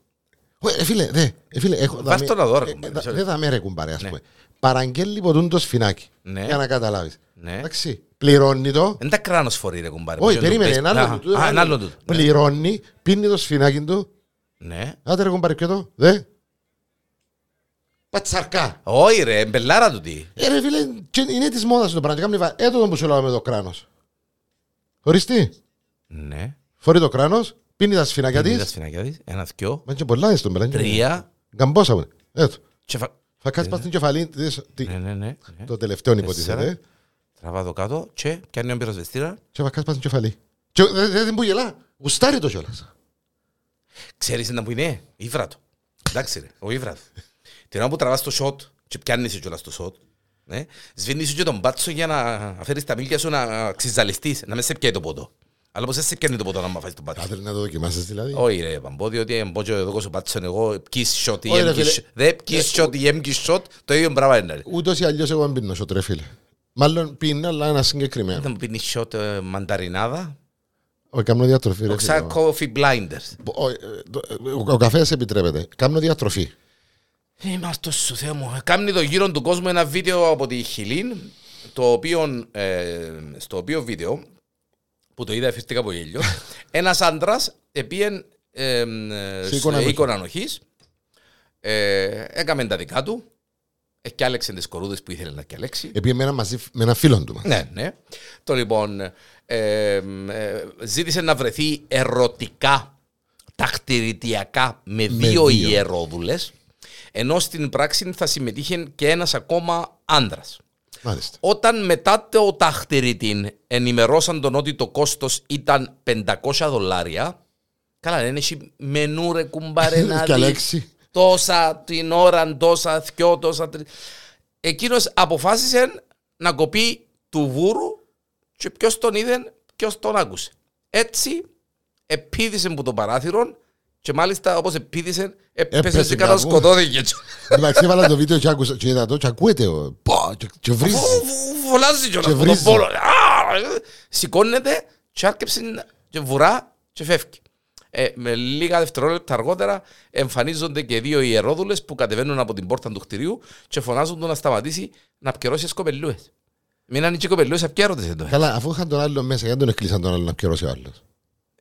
Speaker 2: Ωε, ε, Φίλε, δε, ε, φίλε, έχω
Speaker 1: Βάζ το να δω, ρε,
Speaker 2: ε,
Speaker 1: κουμπάρε,
Speaker 2: ε,
Speaker 1: sorry.
Speaker 2: Δεν θα με ρε κουμπάρε, ας
Speaker 1: Ναι.
Speaker 2: πούμε. Παραγγέλνει ποτούν το σφινάκι.
Speaker 1: Ναι.
Speaker 2: Για να καταλάβεις.
Speaker 1: Ναι.
Speaker 2: Εντάξει, πληρώνει το.
Speaker 1: δεν τα κράνος φορεί ρε κουμπάρε.
Speaker 2: Όχι,
Speaker 1: Ποιο είναι το
Speaker 2: περίμενε,
Speaker 1: base-
Speaker 2: ένα
Speaker 1: Ε, Α,
Speaker 2: άλλο του.
Speaker 1: α, ένα άλλο του.
Speaker 2: Πληρώνει, πίνει το σφινάκι του.
Speaker 1: Ναι.
Speaker 2: Άντε ρε κομπάρε, ποιο το, δε. Πατσαρκά.
Speaker 1: Όχι ρε, μπελάρα του τι.
Speaker 2: Ε, ρε φίλε, και είναι της μόδας το πράγμα. και κάμνει βα- Ε, το τον που σου λέω με το κράνος. Οριστεί.
Speaker 1: Ναι.
Speaker 2: Φορεί το κράνος, πίνει τα σφινάκια
Speaker 1: Είδα
Speaker 2: της.
Speaker 1: σφινάκια της, ένα, δυο,
Speaker 2: Μα είναι και πολλά εις τον πελά, είναι και πολλά.
Speaker 1: τρία.
Speaker 2: Γαμπόσα μου. Έτω.
Speaker 1: και φα-
Speaker 2: Θα κάτσεις πας στην κεφαλή της, τη-
Speaker 1: Ναι, ναι, ναι. ναι.
Speaker 2: το τελευταίο
Speaker 1: Τέσσερα.
Speaker 2: υποτίθεται.
Speaker 1: Τραβά το κάτω και πιάνει ο πυροσβεστήρα.
Speaker 2: Και θα κάτσεις πας στην κεφαλή. Και δε- δε- δεν που γελά. Γουστάρει το κιόλας.
Speaker 1: Ξέρεις να που είναι, ύβρατο. Εντάξει ρε, ο ύβρατο. Την ώρα που τραβάς το σοτ και πιάνεις κιόλας το σοτ, ναι, σβήνεις σου και τον μπάτσο για να φέρεις τα μίλια σου να ξυζαλιστείς, να μην σε πιάει το ποτό. Αλλά πως δεν σε πιάνει το ποτό να μην φάεις τον μπάτσο.
Speaker 2: Άντε να το δοκιμάσεις δηλαδή.
Speaker 1: Όχι ρε παμπό, διότι εμπό και εδώ κόσο μπάτσον εγώ, πκείς σοτ ή
Speaker 2: Όχι, ρε,
Speaker 1: έμπκεις
Speaker 2: φίλε. Ε,
Speaker 1: δεν πκείς σοτ ή έμπκεις σοτ, το ίδιο πράγμα είναι. ρε.
Speaker 2: Ούτως ή αλλιώς εγώ δεν πίνω σοτ, ρε φίλε. Μάλλον πίνω, αλλά ένα συγκεκριμένο.
Speaker 1: Δεν μου πίνεις σοτ ε, μανταρινάδα,
Speaker 2: Όχι, κάνω διατροφή. ρε
Speaker 1: το
Speaker 2: φίλε.
Speaker 1: ξα coffee blinders.
Speaker 2: Μπο- ο- ε, το- ε, Ο καφές επιτρέπεται. Κάνω διατροφή.
Speaker 1: Είμαστε στο Θεό μου. Κάμνει το γύρο του κόσμου ένα βίντεο από τη Χιλίν το οποίο, ε, στο οποίο βίντεο που το είδα εφηστήκα από γέλιο, ένας άντρας επίεν ε, ε,
Speaker 2: Σε
Speaker 1: στο
Speaker 2: εικόνα
Speaker 1: εικόνα ανοχής, ε, έκαμε τα δικά του, ε, και άλεξε τις κορούδες που ήθελε να κιαλέξει.
Speaker 2: Επειδή εμένα μαζί φ- με ένα φίλο του.
Speaker 1: Ναι, ναι. Το λοιπόν, ε, ε, ζήτησε να βρεθεί ερωτικά, τακτηριτιακά με
Speaker 2: Με
Speaker 1: δύο,
Speaker 2: δύο.
Speaker 1: ιερόδουλες, ενώ στην πράξη θα συμμετείχε και ένας ακόμα άνδρας.
Speaker 2: Μάλιστα.
Speaker 1: Όταν μετά το ταχτηριτήν ενημερώσαν τον ότι το κόστος ήταν 500 δολάρια, καλά, δεν έχει μενού ρε κουμπάρε να
Speaker 2: Και
Speaker 1: δει
Speaker 2: λέξη.
Speaker 1: τόσα την ώρα, τόσα, θκιό, τόσα. τρι- Εκείνος αποφάσισε να κοπεί του βούρου και ποιος τον είδε, ποιος τον άκουσε. Έτσι, επίδησε που το παράθυρο και μάλιστα όπως επίδησε,
Speaker 2: Έπεσε
Speaker 1: έπεσε και κάτω
Speaker 2: κάπου.
Speaker 1: σκοτώθηκε.
Speaker 2: Εντάξει, έβαλα το βίντεο και άκουσα και είδα το και ακούεται. ο- Πα, και- Και βρίζει.
Speaker 1: Φου- φου- Φωνάζει κιόλας
Speaker 2: Και
Speaker 1: από τον
Speaker 2: βρίζει.
Speaker 1: πόλο. Α! Σηκώνεται και άρκεψε και βουρά και φεύγει. Ε, με λίγα δευτερόλεπτα αργότερα εμφανίζονται και δύο ιερόδουλες που κατεβαίνουν από την πόρτα του κτηρίου και φωνάζουν του να σταματήσει να πιερώσει τις κοπελούες. Μην ανοίξει οι κοπελούες, απιέρονται εδώ.
Speaker 2: Καλά, αφού είχαν τον άλλο μέσα, γιατί δεν τον εκκλείσαν τον άλλο να πιερώσει ο άλλος.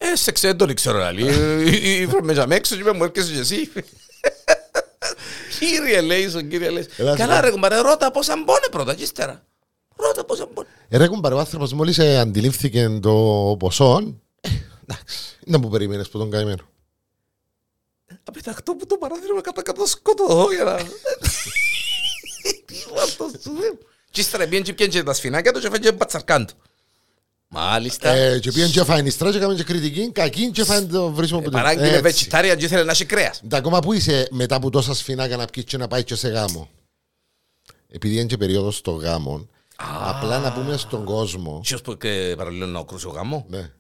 Speaker 1: Ε, σε ξέρω, δεν ξέρω άλλη. Ήφερα ε, μέσα με έξω και είπε, μου έρχεσαι και εσύ. Κύριε Λέισον, κύριε Λέισον.
Speaker 2: Ελάς,
Speaker 1: Καλά
Speaker 2: ελάς.
Speaker 1: ρε κουμπάρε, ρώτα πόσα μπώνε πρώτα και ύστερα. Ρώτα πόσα μπώνε.
Speaker 2: Ρέκουν Ε, ο άνθρωπος, μόλις αντιλήφθηκε το ποσό. Εντάξει. Να μου περίμενες που τον καημένο.
Speaker 1: Θα πεταχτώ που το παράθυρο με κατά κατά σκοτώ για να... Τι είναι αυτό σου λέω. Και ύστερα πήγαινε και πιένε τα σφινάκια του και φάγαινε μπατσαρκάν του. Μάλιστα.
Speaker 2: Ε, Και πήγαν και φαϊνιστρά και κάνουν και κριτική. Κακή και φάνε το βρίσκουμε που
Speaker 1: Ε, Παράγγειλε βετσιτάρια και ήθελε να έχει κρέας.
Speaker 2: Τα ακόμα που είσαι μετά από τόσα σφινάκια να πιείς και να πάει και σε γάμο. Επειδή είναι και περίοδος των γάμων, απλά να πούμε στον κόσμο.
Speaker 1: Ποιος που ε, παραλύει να κρούσει ο γαμό.
Speaker 2: Ναι.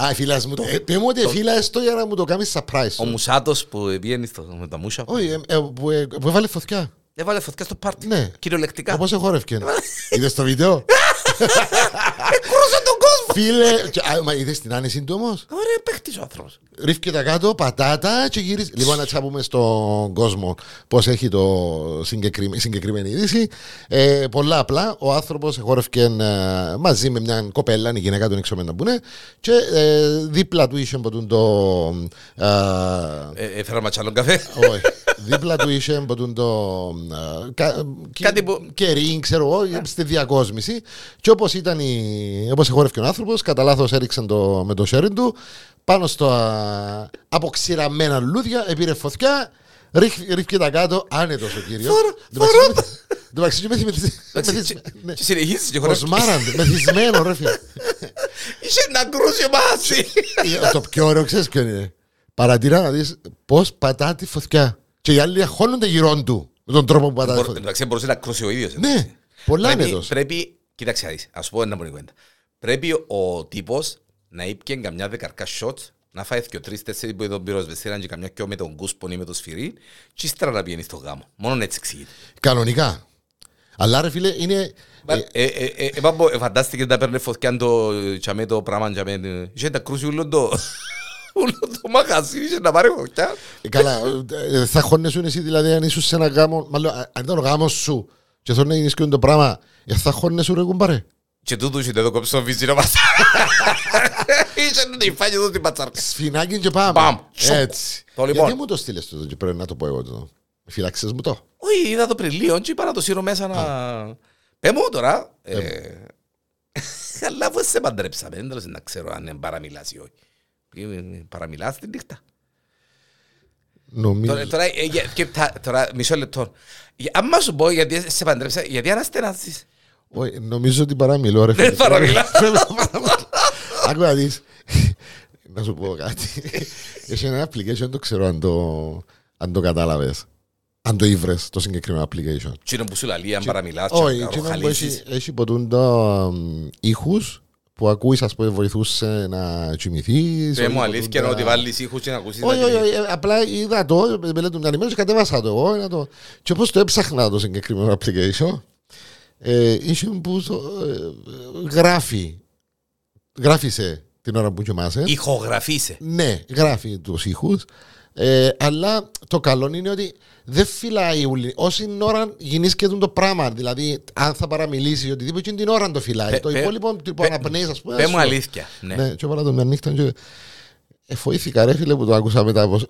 Speaker 2: Α, φίλα μου, το- ε, πες μου ότι φίλα το για να μου το κάνεις
Speaker 1: Ο
Speaker 2: surprise.
Speaker 1: Μουσάτος που βγαίνει στο- με τα μουσια.
Speaker 2: Όχι, ε, ε, που ε, που έβαλε φωτιά.
Speaker 1: Έβαλε φωτιά στο πάρτι.
Speaker 2: Ναι.
Speaker 1: Κυριολεκτικά.
Speaker 2: Όπως εγχόρευκε. Είδες το βίντεο.
Speaker 1: Κρούσε τον κόσμο.
Speaker 2: Φίλε, και- α, μα είδες την άνεση του όμως.
Speaker 1: Ωραία παίχτης ο άνθρωπος.
Speaker 2: Ρίφκε τα κάτω, πατάτα και γύρισε. Λοιπόν, να τσάπουμε στον κόσμο πώς έχει το συγκεκρι... συγκεκριμένη είδηση. Ε, πολλά απλά. Ο άνθρωπος χόρευκε ε, μαζί με μια κοπέλα, η γυναίκα του εξωμένα που είναι, και ε, δίπλα του είχε ποτούν το. ε,
Speaker 1: Ε, Έφερα ματσαλόν καφέ.
Speaker 2: όχι. δίπλα του είχε ποτούν το. ε, κα-
Speaker 1: Κάτι που- Ναι.
Speaker 2: Κερί, ξέρω εγώ, στη διακόσμηση. Και όπως ήταν η... όπως εχόρευκε ο άνθρωπος, κατά λάθος έριξαν το... με το sharing του πάνω στα αποξηραμένα λουλούδια, επήρε φωτιά, ρίχ- ρίχθηκε τα κάτω, άνετος ο κύριος.
Speaker 1: Θωρα-
Speaker 2: Το μεταξύ με
Speaker 1: Εντάξει,
Speaker 2: μεθυσμένο.
Speaker 1: και- Και συνεχίζεις και χωρίς.
Speaker 2: Κοσμάραντε, μεθυσμένο, ρε φίλε.
Speaker 1: Είσαι να κρούσει μάση.
Speaker 2: Το πιο ωραίο, ξέρεις ποιο είναι. Παρατηρά να δεις πώς πατά τη φωτιά. Και οι άλλοι αγχώνονται γύρω του με τον τρόπο που πατά τη
Speaker 1: Μπορ-
Speaker 2: φωτιά.
Speaker 1: Εντάξει, μπορούσε να κρούσει ο ίδιος. ε.
Speaker 2: Ναι, πολλά
Speaker 1: Πρέπει,
Speaker 2: άνετο.
Speaker 1: πρέπει, κοίταξε, να δεις, ας σου πω ένα πολύ κουβέντα. Πρέπει ο τύπος να ήπιε καμιά δεκαρκά σοτ, να φάει και τρεις τέσσερις που είδαν πυροσβεστήραν και καμιά και με τον κούσπον ή με το σφυρί και ύστερα να πηγαίνει στο γάμο. Μόνο έτσι εξηγείται.
Speaker 2: Κανονικά. Αλλά ρε φίλε είναι.
Speaker 1: Μα,
Speaker 2: ε,
Speaker 1: ε, ε, ε, ε, πάμπο, ε, Φαντάστηκε να παίρνει φωτιά το τσαμέ το πράγμα τσαμέ. ε, Είχε να κρούσει όλο το... Όλο το μαγαζί είχε να πάρει φωτιά.
Speaker 2: Καλά, ε, θα χωνέσουν εσύ δηλαδή αν ήσουν σε ένα γάμο. Μάλλον α- αν ήταν ο γάμος σου και θέλω να γίνεις και το πράγμα. ε, Θα χωνέσουν ρε κουμπάρε.
Speaker 1: Και τούτους είχε το κόψω βίζιρο μας. Είχε να τη φάγει εδώ την πατσαρκά.
Speaker 2: Σφινάκι και πάμε.
Speaker 1: Μπαμ.
Speaker 2: Έτσι.
Speaker 1: Το λοιπόν.
Speaker 2: Γιατί μου το στείλες το και πρέπει να το πω εγώ το. Φυλάξες μου το.
Speaker 1: Όχι, είδα το πριν λίγο και είπα να το σύρω μέσα να... Πέ μου τώρα. ε, Αλλά πώς σε παντρέψαμε, δεν θέλω να ξέρω αν παραμιλάς ή όχι. Ε, Παραμιλάς τη νύχτα.
Speaker 2: Νομίζω.
Speaker 1: Τώρα, τώρα, ε, για- και τα- τώρα, μισό λεπτό. Για- Αν μας σου πω γιατί σε παντρέψα, γιατί αναστενάζεις.
Speaker 2: Όχι, νομίζω ότι παραμιλώ ρε.
Speaker 1: Δεν
Speaker 2: φίλε.
Speaker 1: παραμιλάς.
Speaker 2: Πρέπει να παραμιλώ. Άκου να δεις. Να σου πω κάτι. Έχει ένα application, δεν το ξέρω αν το, αν το κατάλαβες. Αν το ήβρες το συγκεκριμένο application.
Speaker 1: Τι είναι που σου λαλεί, αν παραμιλάς, και
Speaker 2: Όχι,
Speaker 1: να
Speaker 2: εκείνο που
Speaker 1: ροχαλίζεις.
Speaker 2: έχει, έχει ποτούν τα ήχους που ακούεις, ας πούμε, βοηθούσε να κοιμηθείς.
Speaker 1: Πέ
Speaker 2: όχι,
Speaker 1: μου
Speaker 2: ποτούν
Speaker 1: αλήθεια
Speaker 2: τα-
Speaker 1: είναι ότι βάλεις ήχους και να ακούσεις.
Speaker 2: όχι,
Speaker 1: να
Speaker 2: όχι,
Speaker 1: την-
Speaker 2: όχι, ε, απλά είδα το, μελέτω μια ημέρα και κατέβασα το εγώ. είδα το. Και όπως το έψαχνα το συγκεκριμένο application, ε, είχε που το, ε, ε, γράφει, γράφησε την ώρα που κοιμάσαι.
Speaker 1: Ηχογραφήσε.
Speaker 2: Ναι, γράφει τους ήχους. ε, Ε, αλλά το καλό είναι ότι δεν φυλάει ουλή. Όση ώρα γινείς και το πράγμα, δηλαδή αν θα παραμιλήσεις ή οτιδήποτε, εκείνη την ώρα το φυλάει.
Speaker 1: Πε-
Speaker 2: το
Speaker 1: πε-
Speaker 2: υπόλοιπο που
Speaker 1: πε-
Speaker 2: αναπνέεις, ας πούμε.
Speaker 1: Πε
Speaker 2: ας
Speaker 1: μου
Speaker 2: πούμε.
Speaker 1: αλήθεια. Ναι.
Speaker 2: Ναι, και έβαλα το μια νύχτα και εφοήθηκα ρε φίλε που το άκουσα μετά από...
Speaker 1: Άντε,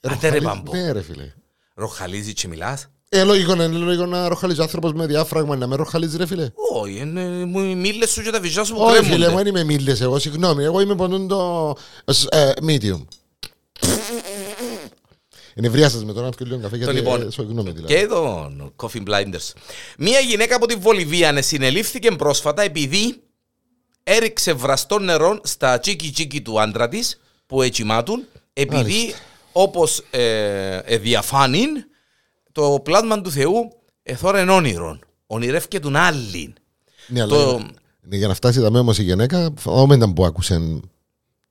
Speaker 1: ρε,
Speaker 2: Ροχαλίζει-
Speaker 1: Μπαμπό.
Speaker 2: Ναι ρε φίλε.
Speaker 1: Ροχαλίζεις και μιλάς.
Speaker 2: Ε, λογικό είναι, λογικό να ροχαλίζει άνθρωπος με διάφραγμα, να με ροχαλίζει ρε φίλε.
Speaker 1: Όχι, είναι μου- οι μίλε σου και τα βυζιά σου που
Speaker 2: Όχι φίλε, μου
Speaker 1: κρέμουν.
Speaker 2: δεν είμαι μίλτες εγώ, συγγνώμη, εγώ είμαι ποντούν το σ- ε, medium. Ενευρίασες με τον άνθρωπο λίγο καφέ γιατί
Speaker 1: λοιπόν,
Speaker 2: ε, συγγνώμη δηλαδή.
Speaker 1: Και εδώ, Coffee Blinders. Μία γυναίκα από τη Βολιβία συνελήφθηκε πρόσφατα επειδή έριξε βραστό νερό στα τσίκι τσίκι του άντρα της που ετσιμάτουν, επειδή
Speaker 2: Μάλιστα.
Speaker 1: όπως ε, ε, διαφάνειν, το πλάσμα του Θεού εθώρεν όνειρον. Ονειρεύκε τον άλλην.
Speaker 2: Ναι, αλλά
Speaker 1: το-
Speaker 2: ναι, για να φτάσει τα όμως η γυναίκα, φοβάμαι ήταν που άκουσε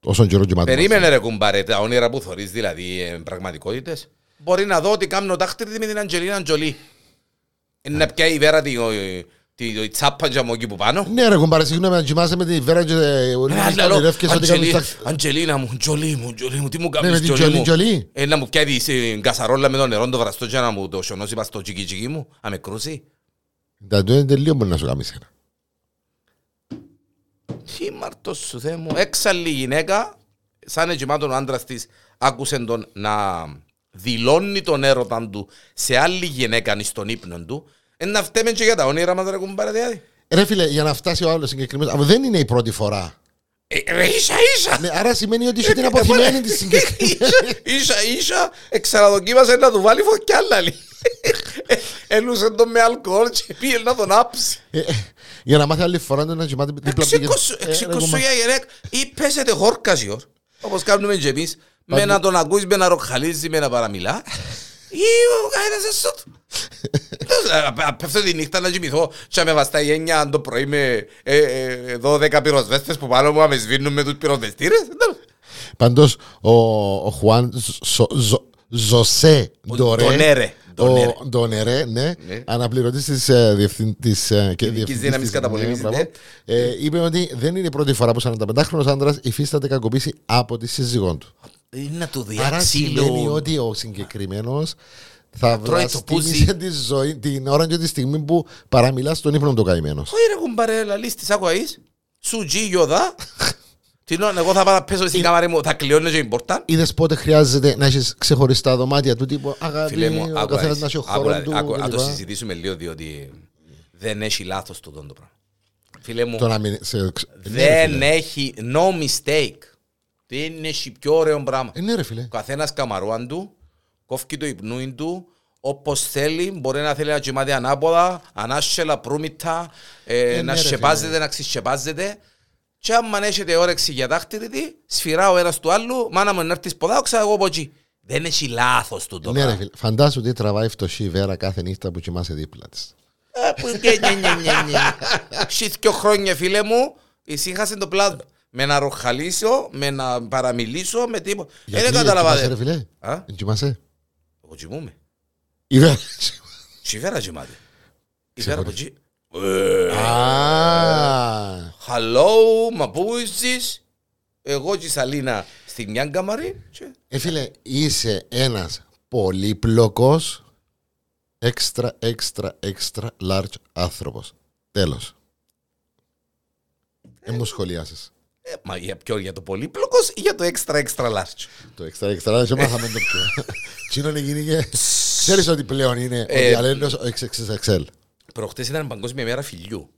Speaker 2: όσον καιρό και μάτω.
Speaker 1: Περίμενε ρε κουμπάρε, τα όνειρα που θωρείς δηλαδή ε, πραγματικότητες. Μπορεί να δω ότι κάνω δάχτυλι με την Αντζελίνα Τζολί. Ε, Να πιάει η βέρα τη, ο, ε, τη, τη τσάπα και από εκεί που πάνω.
Speaker 2: Ναι ρε κουμπάρε, συγγνώμη, αν κοιμάσαι με τη Βέρα και ε, ο
Speaker 1: Ε,
Speaker 2: Λίμνης
Speaker 1: αλλά λέω,
Speaker 2: ονειρεύκες ότι
Speaker 1: «Αντζελί-
Speaker 2: κάνεις τα-
Speaker 1: Αντζελίνα μου, Τζολί μου, Τζολί μου, τι μου
Speaker 2: Ναι, με
Speaker 1: κάνεις
Speaker 2: την
Speaker 1: Τζολί
Speaker 2: Τζολί,
Speaker 1: μου.
Speaker 2: Τζολί.
Speaker 1: Ε, Να μου πιάει την κασαρόλα με το νερό το βραστό και να μου το σιωνώσεις πας στο τσικι τσικι μου. Α με κρούσει.
Speaker 2: Τα του είναι τελείως μπορεί να σου κάνεις ένα.
Speaker 1: Τι μαρτός σου Θεέ μου. Έξαλλη γυναίκα, σαν εγγυμάτων ο άντρας της, άκουσε τον να δηλώνει τον έρωτα του σε άλλη γυναίκα εις τον ύπνο του. Ε, να φταίμε και για τα όνειρα μας ρε κουμπάρε δηλαδή.
Speaker 2: Ρε φίλε, για να φτάσει ο άλλος συγκεκριμένος. Αλλά δεν είναι η πρώτη φορά.
Speaker 1: Ε, ρε, ίσα ίσα.
Speaker 2: Ναι, άρα σημαίνει ότι είσαι την αποθυμένη της συγκεκριμένης.
Speaker 1: Ίσα- Ίσα ίσα εξαναδοκίμασε να του βάλει φωτιά λαλή. Έλουσε τον με αλκοόλ και πήγε να τον άψει.
Speaker 2: Ε, ε, Για να μάθει άλλη φορά να κοιμάται με δίπλα από την- Ε, ρε,
Speaker 1: Εξήκωσου
Speaker 2: κομμά-
Speaker 1: για γυναίκα ή πέσετε χόρκασιορ, όπως κάνουμε και εμείς, με να τον ακούς, με να ροχαλίζει, με να παραμιλά, ή ο καθένας εσώ του. Πέφτω τη νύχτα να κοιμηθώ και με βαστά η έννοια αν το πρωί με ε, ε, ε, 12 πυροσβέστες που πάνω μου να με σβήνουν με τους πυροσβεστήρες. Εντάξει.
Speaker 2: Πάντως, ο, ο Χουάν Ζο- Ζο- Ζωσέ
Speaker 1: Ο
Speaker 2: Ντορέ.
Speaker 1: Ντονέρε. Ντονέρε.
Speaker 2: Ο Ντονερέ, ναι. ε,
Speaker 1: Ναι.
Speaker 2: Αναπληρωτής της διευθυντής
Speaker 1: δύναμης καταπολέμησης, ναι.
Speaker 2: ε, Είπε ότι δεν είναι η πρώτη φορά που 45χρονο άντρας υφίσταται κακοποίηση από τη σύζυγό του.
Speaker 1: Ή να του
Speaker 2: Άρα σημαίνει
Speaker 1: διαξύλω.
Speaker 2: ότι ο συγκεκριμένος θα
Speaker 1: τρώει το
Speaker 2: βραστήμισε
Speaker 1: πουζι.
Speaker 2: τη ζωή, την ώρα και τη στιγμή που παραμιλάς στον ύπνο του καημένος.
Speaker 1: Όχι ρε κουμπάρε, λαλείς της άκουαείς, σου τζι γιοδά. Την ώρα εγώ θα πάω να πέσω στην κάμαρη μου, θα κλειώνω και την πόρτα.
Speaker 2: Είδες πότε χρειάζεται να έχεις ξεχωριστά δωμάτια του τύπου αγάπη,
Speaker 1: Φίλε μου,
Speaker 2: Δηλαδή, ο
Speaker 1: άκου
Speaker 2: καθένας
Speaker 1: να
Speaker 2: να έχει ο
Speaker 1: δεις.
Speaker 2: χώρο του.
Speaker 1: Άκου, άκου, να το
Speaker 2: κλπ.
Speaker 1: συζητήσουμε λίγο διότι δεν έχει λάθος το τόντο πράγμα. Φίλε μου,
Speaker 2: Το να μην. σε- Ναι, ρε
Speaker 1: δεν
Speaker 2: φίλε.
Speaker 1: έχει no mistake. Δεν έχει πιο ωραίο πράγμα.
Speaker 2: Ε, Ναι, ρε φίλε.
Speaker 1: Ο καθένας καμαρούαν του, κόφκει το υπνούιν του, όπως θέλει, μπορεί να θέλει να κοιμάται ανάποδα, ανάσχελα, προύμητα, ε,
Speaker 2: Ε, ναι,
Speaker 1: να
Speaker 2: ρε,
Speaker 1: σκεπάζεται,
Speaker 2: φίλε.
Speaker 1: να ξεσκεπάζεται. Και άμα έχετε όρεξη για δάχτυλη, σφυρά ο ένας του άλλου, μάνα μου να έρθεις ποδάωξα, εγώ από εκεί. Δεν έχει λάθος του το
Speaker 2: Ναι, ρε
Speaker 1: πράγμα.
Speaker 2: φίλε. Φαντάσου τι τραβάει φτωχή η βέρα κάθε νύχτα που κοιμάσαι δίπλα της.
Speaker 1: Ε, που και ναι, ναι, ναι, ναι. Στις δυο χρόνια, φίλε μου, ησύχασε το πλάδο. Με να ροχαλίσω, με να παραμιλήσω, με τίποτα. Ε, δεν
Speaker 2: κοιμάσαι, ρε
Speaker 1: καταλαβαίνω.
Speaker 2: φίλε.
Speaker 1: Α,
Speaker 2: Δεν κοιμάσαι.
Speaker 1: εγώ κοιμούμαι.
Speaker 2: Η βέρα.
Speaker 1: Σιβέρα κοιμάται. Η
Speaker 2: Ξεχωρί-
Speaker 1: Βέρα από εκεί. Ε,
Speaker 2: Α.
Speaker 1: Hello, μα πού είσαι. Εγώ και η Σαλίνα στη μια καμαρή. και-
Speaker 2: Ε, φίλε, είσαι ένας πολύπλοκος έξτρα, έξτρα, έξτρα large άνθρωπος. Τέλος. Δεν μου σχολιάσεις.
Speaker 1: Ε, Μα για ποιο, για το πολύπλοκος ή για το extra extra large.
Speaker 2: Το έξτρα, έξτρα, δεν μάθαμε το πιο. Τσίνο είναι γίνει και. Ξέρεις ότι πλέον είναι
Speaker 1: Ε,
Speaker 2: ο διαλέγγυο ο XXXL.
Speaker 1: Προχτές ήταν παγκόσμια μέρα φιλιού.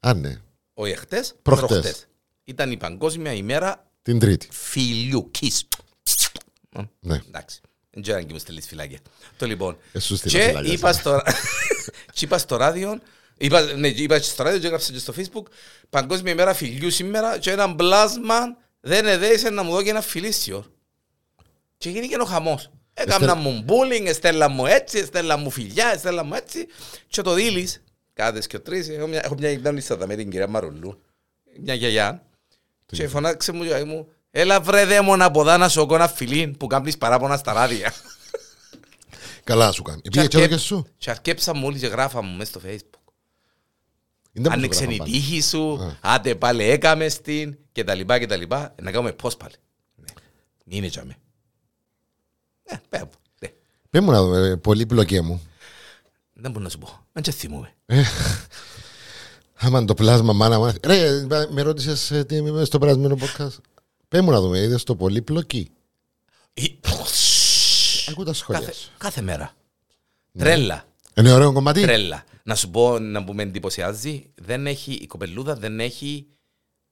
Speaker 2: Α, ναι.
Speaker 1: Όχι εχθές,
Speaker 2: Προχτές.
Speaker 1: Ήταν η παγκόσμια ημέρα
Speaker 2: Την Τρίτη.
Speaker 1: φιλιού. Kiss.
Speaker 2: Ναι. Ε,
Speaker 1: Εντάξει. Δεν ξέρω αν και μου στείλεις φυλάκια. Το λοιπόν.
Speaker 2: Εσύ στείλω
Speaker 1: Και
Speaker 2: φυλάκια,
Speaker 1: είπα στο, και είπα στο ράδιο, είπα, ναι, είπα και στο ράδιο και έγραψα και στο facebook, παγκόσμια ημέρα φιλιού σήμερα και ένα μπλάσμα δεν εδέησε να μου δω και ένα φιλίσιο. Και γίνηκε ο χαμός. Έκανα
Speaker 2: Εστέλα-
Speaker 1: μου bullying, εστέλα μου έτσι, εστέλα μου φιλιά, εστέλα μου έτσι. Και το δίλης, κάτες και ο τρεις, έχω μια, έχω μια γυμνάνισσα εδώ με την κυρία Μαρουλού, μια γιαγιά. Και φωνάξε μου, γιαγιά μου, έλα βρε δαίμονα από δάνα σου κόνα φιλίν που κάνεις παράπονα στα ράδια.
Speaker 2: Καλά σου κάνει. Πήγε και
Speaker 1: αρκέ-
Speaker 2: και σου.
Speaker 1: Και αρκέψα μου όλοι και γράφα μου μέσα στο facebook.
Speaker 2: Δεν τα
Speaker 1: Άνοιξε η
Speaker 2: φωτογράφα πάλι.
Speaker 1: τύχη σου,
Speaker 2: Ε.
Speaker 1: Ναι. άντε πάλι έκαμε στην και τα λοιπά και τα λοιπά. Να κάνουμε πώς πάλι. Είναι τζαμί. Ναι, πέρα. Ναι.
Speaker 2: Πες μου να δω, ε, πολύ πλοκέ μου.
Speaker 1: Δεν μπορώ να σου πω. Αν και θυμούμαι.
Speaker 2: Άμα το πλάσμα, μάνα μου. Ρε, ε, με ρώτησες τι είμαι στο περασμένο podcast. Πες μου να δούμε, είδες το πολύ πλοκή.
Speaker 1: Ή-
Speaker 2: Ακού τα σχόλια.
Speaker 1: κάθε,
Speaker 2: σου. Ναι.
Speaker 1: κάθε μέρα. Τρέλα.
Speaker 2: Είναι ωραίο κομμάτι.
Speaker 1: Τρέλα. Να σου πω να που με εντυπωσιάζει, δεν έχει, η κοπελούδα δεν έχει,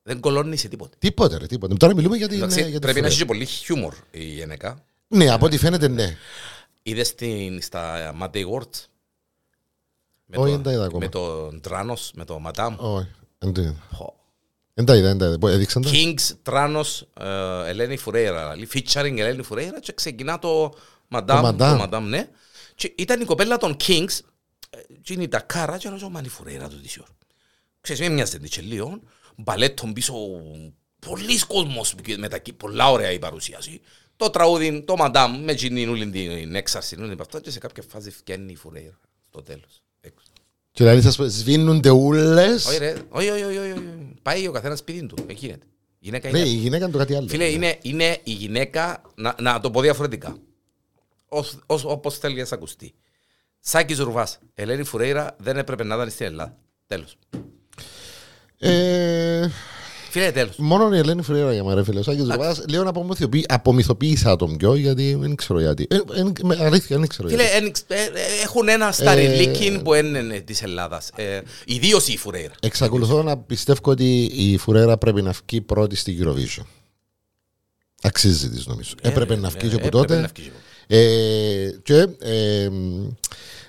Speaker 1: δεν κολώνει σε τίποτα.
Speaker 2: Τίποτε, ρε, τίποτε. Τώρα μιλούμε για την. ε,
Speaker 1: Εντάξει,
Speaker 2: για την
Speaker 1: πρέπει να
Speaker 2: φρουρέ.
Speaker 1: έχει και πολύ χιούμορ η γυναίκα.
Speaker 2: Ναι, από ό,τι φαίνεται, ναι.
Speaker 1: Είδες την στα Mad Day Awards. Με
Speaker 2: Όχι,
Speaker 1: το-
Speaker 2: δεν τα είδα ακόμα.
Speaker 1: Με τον Τράνος, με τον Ματάμ.
Speaker 2: Όχι. δεν το είδα. Δεν τα είδα, δεν τα είδα. Πο- Έδειξαν τα.
Speaker 1: Kings, Τράνος, ε, Ελένη Φουρέιρα. λέει, Featuring Ελένη Φουρέιρα και ξεκινά το Μαντάμ.
Speaker 2: Το Madame.
Speaker 1: Μαντάμ, ναι. Και ήταν η κοπέλα των Kings, ε, και είναι η Τακάρα και νομίζω μάλλη Φουρέιρα του Δησιόρ. Ξέρεις, μην μοιάζεται τη λίγο, μπαλέτ τον πίσω, πολλοί κόσμος με τα, κύ- πολλά ωραία η παρουσίαση. Το τραγούδι, το Μαντάμ, με την όλη την έξαρση, όλη την παυτά και σε κάποια φάση φτιάχνει η Φουρέιρα στο τέλος. Έξω.
Speaker 2: Και δηλαδή σας πω, σβήνονται ούλες.
Speaker 1: Όχι ρε, όχι, όχι, όχι, όχι, όχι. πάει ο καθένας σπίτι του, εκεί είναι. Η γυναίκα
Speaker 2: Ρε,
Speaker 1: είναι
Speaker 2: Ναι, η γυναίκα είναι το κάτι άλλο.
Speaker 1: Φίλε, είναι, είναι η γυναίκα, να, να το πω διαφορετικά, Ως- ως- όπως θέλει να σ' ακουστεί. Σάκης Ρουβάς, Ελένη Φουρέιρα δεν έπρεπε να ήταν στην Ελλάδα. Τέλος.
Speaker 2: Ε,
Speaker 1: Φίλε, τέλος.
Speaker 2: Μόνο η Ελένη Φουρέρα για μένα, ρε φίλε. Ο Σάκης Ζουρβάς, λέω να απομυθοποιη- απομυθοποίησα τον πιο, γιατί δεν ξέρω γιατί. Ε, ε, με- Αλήθεια, δεν ξέρω
Speaker 1: Φίλε,
Speaker 2: γιατί.
Speaker 1: εν- ε, ε, έχουν ένα
Speaker 2: Ε,
Speaker 1: σταριλίκιν που είναι της Ελλάδας. Ε, ιδίως η Φουρέιρα.
Speaker 2: Εξακολουθώ να πιστεύω ότι η Φουρέρα πρέπει να βγει πρώτη στην Eurovision. Αξίζει της, νομίζω. Έπρεπε να βγει και από
Speaker 1: Ε, Έπρεπε να
Speaker 2: τότε.
Speaker 1: βγει και από τότε.
Speaker 2: Ε, και ε, μ,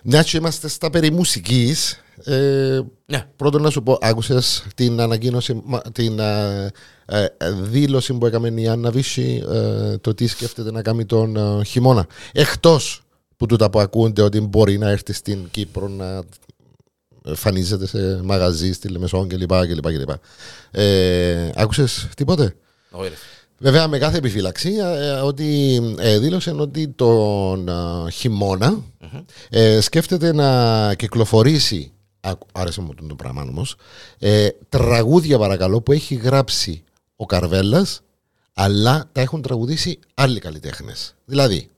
Speaker 2: μια και είμαστε στα περί μουσικής, ε,
Speaker 1: Ναι.
Speaker 2: πρώτον να σου πω, άκουσες την ανακοίνωση, μα- την ε, ε, δήλωση που έκανε η Άννα Βύση ε, το τι σκέφτεται να κάνει τον ε, χειμώνα. Εκτός που τούτα που ακούγονται ότι μπορεί να έρθει στην Κύπρο να εμφανίζεται σε μαγαζί, στη Λεμεσόν κλπ. κλπ, κλπ. Ε, άκουσες τίποτε?
Speaker 1: Όχι, ρε.
Speaker 2: Βέβαια με κάθε επιφύλαξη ε, ε, ότι ε, δήλωσε ότι τον ε, χειμωνα ε, σκέφτεται να κυκλοφορήσει ακου- άρεσε μου το πράγμα όμως ε, τραγούδια παρακαλώ που έχει γράψει ο Καρβέλλας αλλά τα έχουν τραγουδήσει άλλοι καλλιτέχνες. Δηλαδή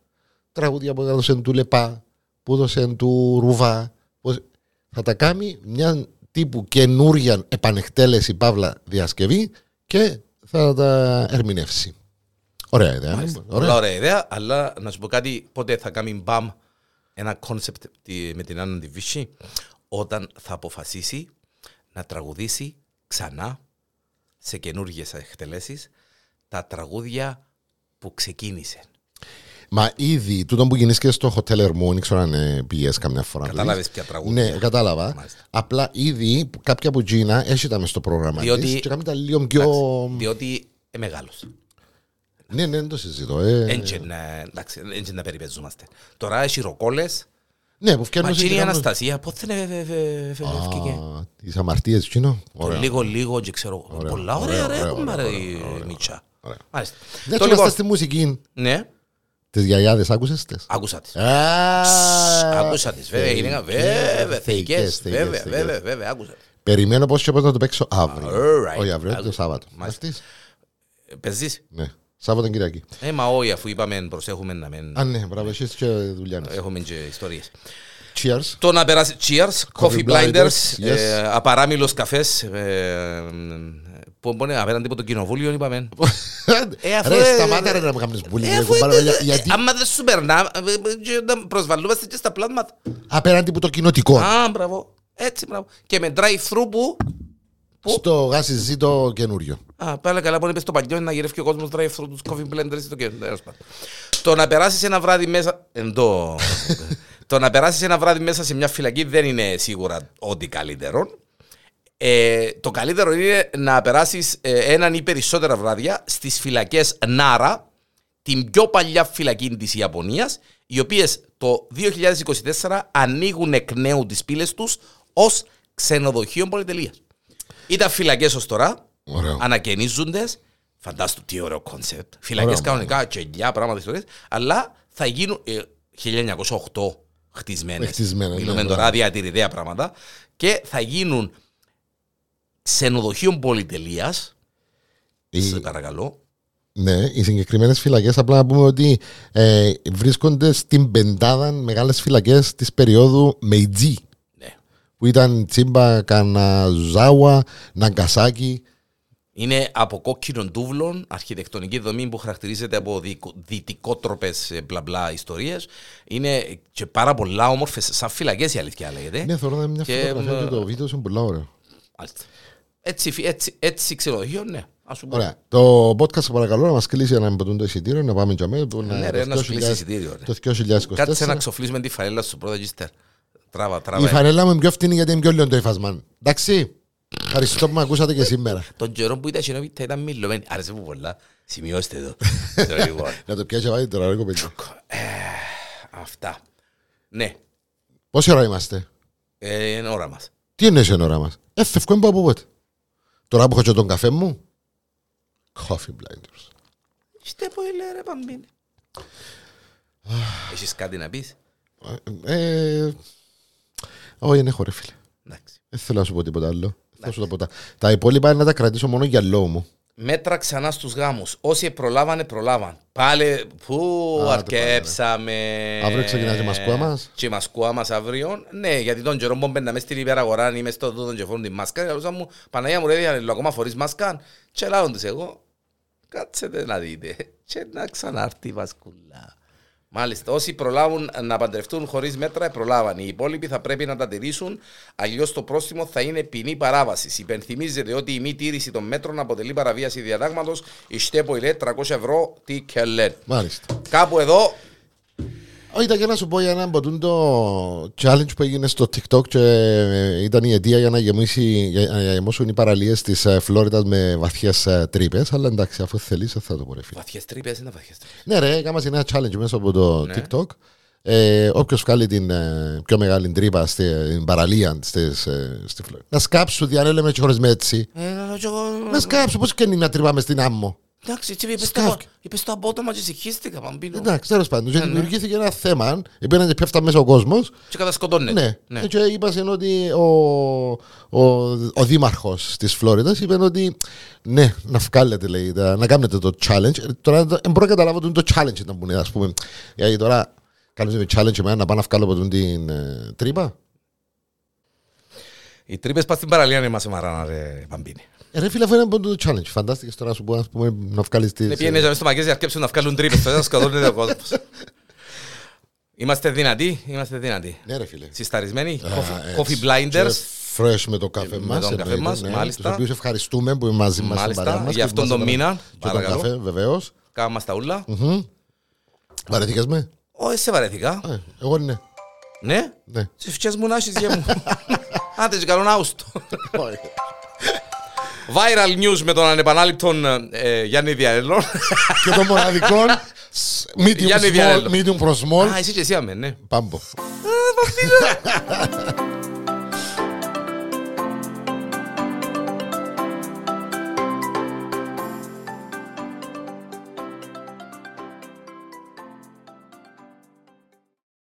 Speaker 2: τραγούδια που έδωσε του Λεπά, που έδωσε του Ρουβά. που- Θα τα κάνει μια τύπου καινούρια επανεκτέλεση παύλα διασκευή και θα τα ερμηνεύσει. Ωραία ιδέα. λοιπόν,
Speaker 1: Μάλιστα.
Speaker 2: Ωραία.
Speaker 1: Πολλά ωραία ιδέα, αλλά να σου πω κάτι, πότε θα κάνει μπαμ ένα κόνσεπτ με την Άννα Ντιβίση, όταν θα αποφασίσει να τραγουδήσει ξανά σε καινούργιες εκτελέσεις τα τραγούδια που ξεκίνησε.
Speaker 2: Μα ήδη τούτο που γίνει και στο Hotel Hermon, δεν ξέρω αν πηγαίνει καμιά φορά.
Speaker 1: Κατάλαβε ποια
Speaker 2: βλέπεις.
Speaker 1: τραγούδια.
Speaker 2: Ναι, κατάλαβα.
Speaker 1: Μάλιστα.
Speaker 2: Απλά ήδη κάποια που Τζίνα έχει τα μες στο πρόγραμμα
Speaker 1: Διότι-
Speaker 2: της και κάνει τα λίγο
Speaker 1: Εντάξει,
Speaker 2: πιο...
Speaker 1: Διότι ε, μεγάλος.
Speaker 2: Ναι, ναι, δεν το συζητώ. ε.
Speaker 1: Έτσι να- εντάξει, έτσι να περιπέζομαστε. Τώρα έχει ροκόλες.
Speaker 2: Ναι, που φτιάχνω...
Speaker 1: Μα και η Αναστασία, πότε δεν ε, ε, ε, ε, ευκήκε.
Speaker 2: Τις αμαρτίες, Τζίνο.
Speaker 1: Το
Speaker 2: Ωραία.
Speaker 1: λίγο, λίγο και ξέρω.
Speaker 2: Ωραία.
Speaker 1: Πολλά
Speaker 2: Ωραία,
Speaker 1: ωραία, ρε,
Speaker 2: ωραία,
Speaker 1: έχουμε
Speaker 2: ωραία,
Speaker 1: ρε,
Speaker 2: ωραία,
Speaker 1: η
Speaker 2: ωραία,
Speaker 1: Μίτσα.
Speaker 2: ωραία.
Speaker 1: Μάλιστα.
Speaker 2: Δεν
Speaker 1: Το
Speaker 2: ξέρω
Speaker 1: λοιπόν,
Speaker 2: λοιπόν... στη μουσική.
Speaker 1: ναι,
Speaker 2: Τις γιαγιάδες άκουσες τις.
Speaker 1: άκουσα τις.
Speaker 2: Α,
Speaker 1: Άκουσα τις, βέβαια, γυναίκα, βέβαια, θεϊκές,
Speaker 2: Ε, θεϊκές,
Speaker 1: βέβαια,
Speaker 2: θεϊκές.
Speaker 1: βέβαια, βέβαια, άκουσα. τις.
Speaker 2: Περιμένω πώ και πώ να το παίξω αύριο.
Speaker 1: Alright.
Speaker 2: Όχι αύριο, το
Speaker 1: Άκου-
Speaker 2: Σάββατο.
Speaker 1: Μάλιστα.
Speaker 2: Αυτής.
Speaker 1: Ε, Παίζεις.
Speaker 2: Ναι. Σάββατο Κυριακή.
Speaker 1: Ε, μα όχι, αφού είπαμε, προσέχουμε να μην
Speaker 2: Α, ναι, μπράβο, εσύ και δουλειά. μας.
Speaker 1: έχουμε και ιστορίες.
Speaker 2: Cheers.
Speaker 1: Το να περάσει, cheers, coffee blinders,
Speaker 2: blinders, yes.
Speaker 1: ε, απαράμιλος καφές, ε, που μπορεί απέναντι από το κοινοβούλιο, είπαμε. Ε, αφού-
Speaker 2: Ρε, σταμάτα ρε να μου κάνεις bullying,
Speaker 1: Ε,
Speaker 2: ρε,
Speaker 1: αφού
Speaker 2: κουμπάρα,
Speaker 1: είναι-
Speaker 2: για- Γιατί
Speaker 1: Άμα δεν σου περνά, ε, ε, και να προσβαλούμαστε και στα πλάσματα.
Speaker 2: απέναντι που το κοινοτικό.
Speaker 1: Α, μπράβο. Έτσι, μπράβο. Και με drive-thru που. πού?
Speaker 2: Στο γάσι ζήτο καινούριο.
Speaker 1: Α, πάλι καλά, μπορεί να πες στο παλιό είναι να γυρεύει και ο κόσμος drive-thru τους coffee blenders ή το κέντρο. Τέλος πάντων. Το να περάσεις ένα βράδυ μέσα. Εντό. το να περάσεις ένα βράδυ μέσα σε μια φυλακή δεν είναι σίγουρα ό,τι καλύτερο. Ε, το καλύτερο είναι να περάσεις έναν ή περισσότερα βράδια στις φυλακές Νάρα, την πιο παλιά φυλακή της Ιαπωνίας, οι οποίες το 2024 ανοίγουν εκ νέου τις πύλες τους ως ξενοδοχείο πολυτελεία. Ήταν φυλακές ως τώρα,
Speaker 2: Ωραίο.
Speaker 1: ανακαινίζονται. Φαντάστο τι ωραίο κόνσεπτ. Φυλακέ
Speaker 2: Ωραίο,
Speaker 1: κανονικά, τσεγγιά, πράγματα ιστορίες, αλλά θα γίνουν. ε, 1908 χτισμένε.
Speaker 2: Χτισμένες, ναι,
Speaker 1: Μιλούμε
Speaker 2: μπράβο.
Speaker 1: τώρα διατηρητέα πράγματα. Και θα γίνουν ξενοδοχείων πολυτελείας.
Speaker 2: Η-
Speaker 1: Σε παρακαλώ.
Speaker 2: Ναι, οι συγκεκριμένες φυλακές, απλά να πούμε ότι ε, βρίσκονται στην πεντάδα μεγάλες φυλακές της περίοδου Meiji,
Speaker 1: Ναι.
Speaker 2: που ήταν Τσίμπα, Καναζάουα, Ναγκασάκι.
Speaker 1: Είναι από κόκκινων τούβλων, αρχιτεκτονική δομή που χαρακτηρίζεται από δυτικότροπε μπλα μπλα ιστορίες. Είναι ε, και πάρα πολλά όμορφες, σαν φυλακές η αλήθεια λέγεται.
Speaker 2: Ναι, θεωρώ να είναι μια
Speaker 1: Ε, Και,
Speaker 2: φωτογραφία
Speaker 1: ε,
Speaker 2: και το βίντεο είναι πολύ ωραίο.
Speaker 1: Μάλιστα. Έτσι, φυ- έτσι, έτσι ξενοδοχείο, ναι. Ας σου πω.
Speaker 2: Ωραία. Το podcast, σε παρακαλώ, να μας κλείσει ένα μπετούν το εισιτήριο, να πάμε για μένα. που
Speaker 1: Ναι,
Speaker 2: να-
Speaker 1: ρε,
Speaker 2: Ε, το
Speaker 1: να σου
Speaker 2: 2000
Speaker 1: κλείσει εισιτήριο, ρε.
Speaker 2: Το
Speaker 1: Κάτσε να
Speaker 2: 2024.
Speaker 1: ξοφλήσουμε τη φαρέλα σου πρώτα και ύστερα. Τράβα,
Speaker 2: Η
Speaker 1: τράβα.
Speaker 2: φανέλα μου είναι πιο φθηνή γιατί είναι πιο λίγο το υφασμάν. Εντάξει. Ευχαριστώ που με ακούσατε και σήμερα.
Speaker 1: Τον καιρό που ήταν συνοβήτα ήταν μιλωμένη. Άρεσε μου πολλά. Σημειώστε εδώ. Λοιπόν,
Speaker 2: Να το πιάσει βάρη τώρα, ρε κοπέλα.
Speaker 1: Αυτά. Ναι,
Speaker 2: Πόση ώρα είμαστε.
Speaker 1: ε, είναι ώρα μας.
Speaker 2: Τι είναι η ώρα μας. Έφευκο από πότε. Τώρα που έχω και τον καφέ μου. Coffee blinders.
Speaker 1: Είστε που λέει ρε παμπίνε. Έχεις κάτι να πεις.
Speaker 2: Ε, όχι, δεν έχω ρε φίλε.
Speaker 1: Εντάξει.
Speaker 2: Δεν θέλω να σου πω τίποτα άλλο. Θα σου τα πω τα- Τα υπόλοιπα είναι να τα κρατήσω μόνο για λόγο μου.
Speaker 1: Μέτρα ξανά στους γάμους. Όσοι προλάβανε, προλάβαν. Πάλε, πού
Speaker 2: Άντε,
Speaker 1: αρκέψαμε.
Speaker 2: ναι. Αύριο ξεκινάς η μασκούα μας.
Speaker 1: Και η μασκούα μας αύριο. Ναι, γιατί τον καιρό που μπαίναμε στην υπεραγορά, είμαι στο τούτον και φορούν τη μάσκα. Και λαλούσαν μου, Παναγία μου ρε, Διανέλο, ακόμα φορείς μάσκα. Και λάλλον τους εγώ, κάτσετε να δείτε. Και να ξανάρθει η μασκούλα. Μάλιστα, όσοι προλάβουν να παντρευτούν χωρίς μέτρα, προλάβαν. Οι υπόλοιποι θα πρέπει να τα τηρήσουν, αλλιώς το πρόστιμο θα είναι ποινή παράβασης. Υπενθυμίζεται ότι η μη τήρηση των μέτρων αποτελεί παραβίαση διατάγματος. Η Στέπο ηλέ 300 ευρώ, τι και λένε.
Speaker 2: Μάλιστα.
Speaker 1: Κάπου εδώ,
Speaker 2: Όχι, ήταν για να σου πω για έναν ποτούν το challenge που έγινε στο TikTok και ε, ήταν η αιτία για να, γεμίσει, για να γεμώσουν οι παραλίες της Φλόριντα με βαθιές τρύπες. Αλλά εντάξει, αφού θέλει, θα το πω, ρε φίλε.
Speaker 1: βαθιές τρύπες είναι βαθιές τρύπες.
Speaker 2: Ναι, ρε, έκανα ένα challenge μέσα από το TikTok. Ε, Όποιος βγάλει την ε, πιο μεγάλη τρύπα στην παραλία στις, ε, στη Φλόριντα. Να σκάψου, διανέλε με χωρί έτσι.
Speaker 1: Ε,
Speaker 2: Να σκάψου, πώς και είναι μια τρύπα με στην άμμο.
Speaker 1: Εντάξει, έτσι είπες το-
Speaker 2: Σκάφηκε.
Speaker 1: είπες το απότομα και συγχύστηκα, παμπίνο.
Speaker 2: Εντάξει, τέλος πάντων. Και δημιουργήθηκε ένα θέμα. Επειδή και πέφτα μέσα ο κόσμος.
Speaker 1: Και κατασκοτώνεται.
Speaker 2: Ναι. Και είπαν ότι ο, ο, ο δήμαρχος της Φλόριντα είπε ότι ναι, να βγάλετε, λέει, τα- να κάνετε το challenge. Ε, Τώρα δεν μπορώ να καταλάβω τι είναι το challenge να πούνε, ας πούμε. Γιατί τώρα κάνουμε με challenge εμένα να πάω να βγάλω από τον την ε, τρύπα.
Speaker 1: Οι τρύπες πας στην παραλία είναι μα μαράνα, ρε Παμπίνη.
Speaker 2: Ε, ρε φίλε, αφού είναι από το challenge. Φαντάστηκες τώρα σου πω, ας πούμε, να βγάλεις τη.
Speaker 1: Ναι, πιένες μες στο μαγαζί, αρκέψουν να βγάλουν τρύπες, τότε θα σκοτώνεται ο κόσμος. Είμαστε δυνατοί, είμαστε δυνατοί.
Speaker 2: Ναι, ρε φίλε.
Speaker 1: Συσταρισμένοι, coffee-
Speaker 2: Α,
Speaker 1: coffee
Speaker 2: Ε, έτσι.
Speaker 1: blinders, Ε,
Speaker 2: Και Fresh με το καφέ
Speaker 1: Με
Speaker 2: μας.
Speaker 1: τον καφέ μας, μάλιστα.
Speaker 2: Τους οποίους ευχαριστούμε που είναι μαζί μας στην
Speaker 1: Μάλιστα,
Speaker 2: παρέα μας.
Speaker 1: για αυτόν τον μήνα,
Speaker 2: Και τον
Speaker 1: παρακαλώ.
Speaker 2: καφέ, βεβαίως.
Speaker 1: κάμα μας τα ούλα.
Speaker 2: Βαρεθήκες με.
Speaker 1: Όχι, σε βαρεθήκα.
Speaker 2: Ε, Εγώ ναι.
Speaker 1: Ναι,
Speaker 2: ναι.
Speaker 1: στις φτιάς μου να έχεις γε μου. Άντε, και καλόν Αύγουστο. Viral news με τον ανεπανάληπτον ε, Γιάννη Διαρελό.
Speaker 2: και των μοναδικών medium,
Speaker 1: Γιάννη
Speaker 2: small,
Speaker 1: Διανέλο.
Speaker 2: medium προς
Speaker 1: Α,
Speaker 2: small
Speaker 1: εσύ και εσύ άμε, ναι.
Speaker 2: πάμπο.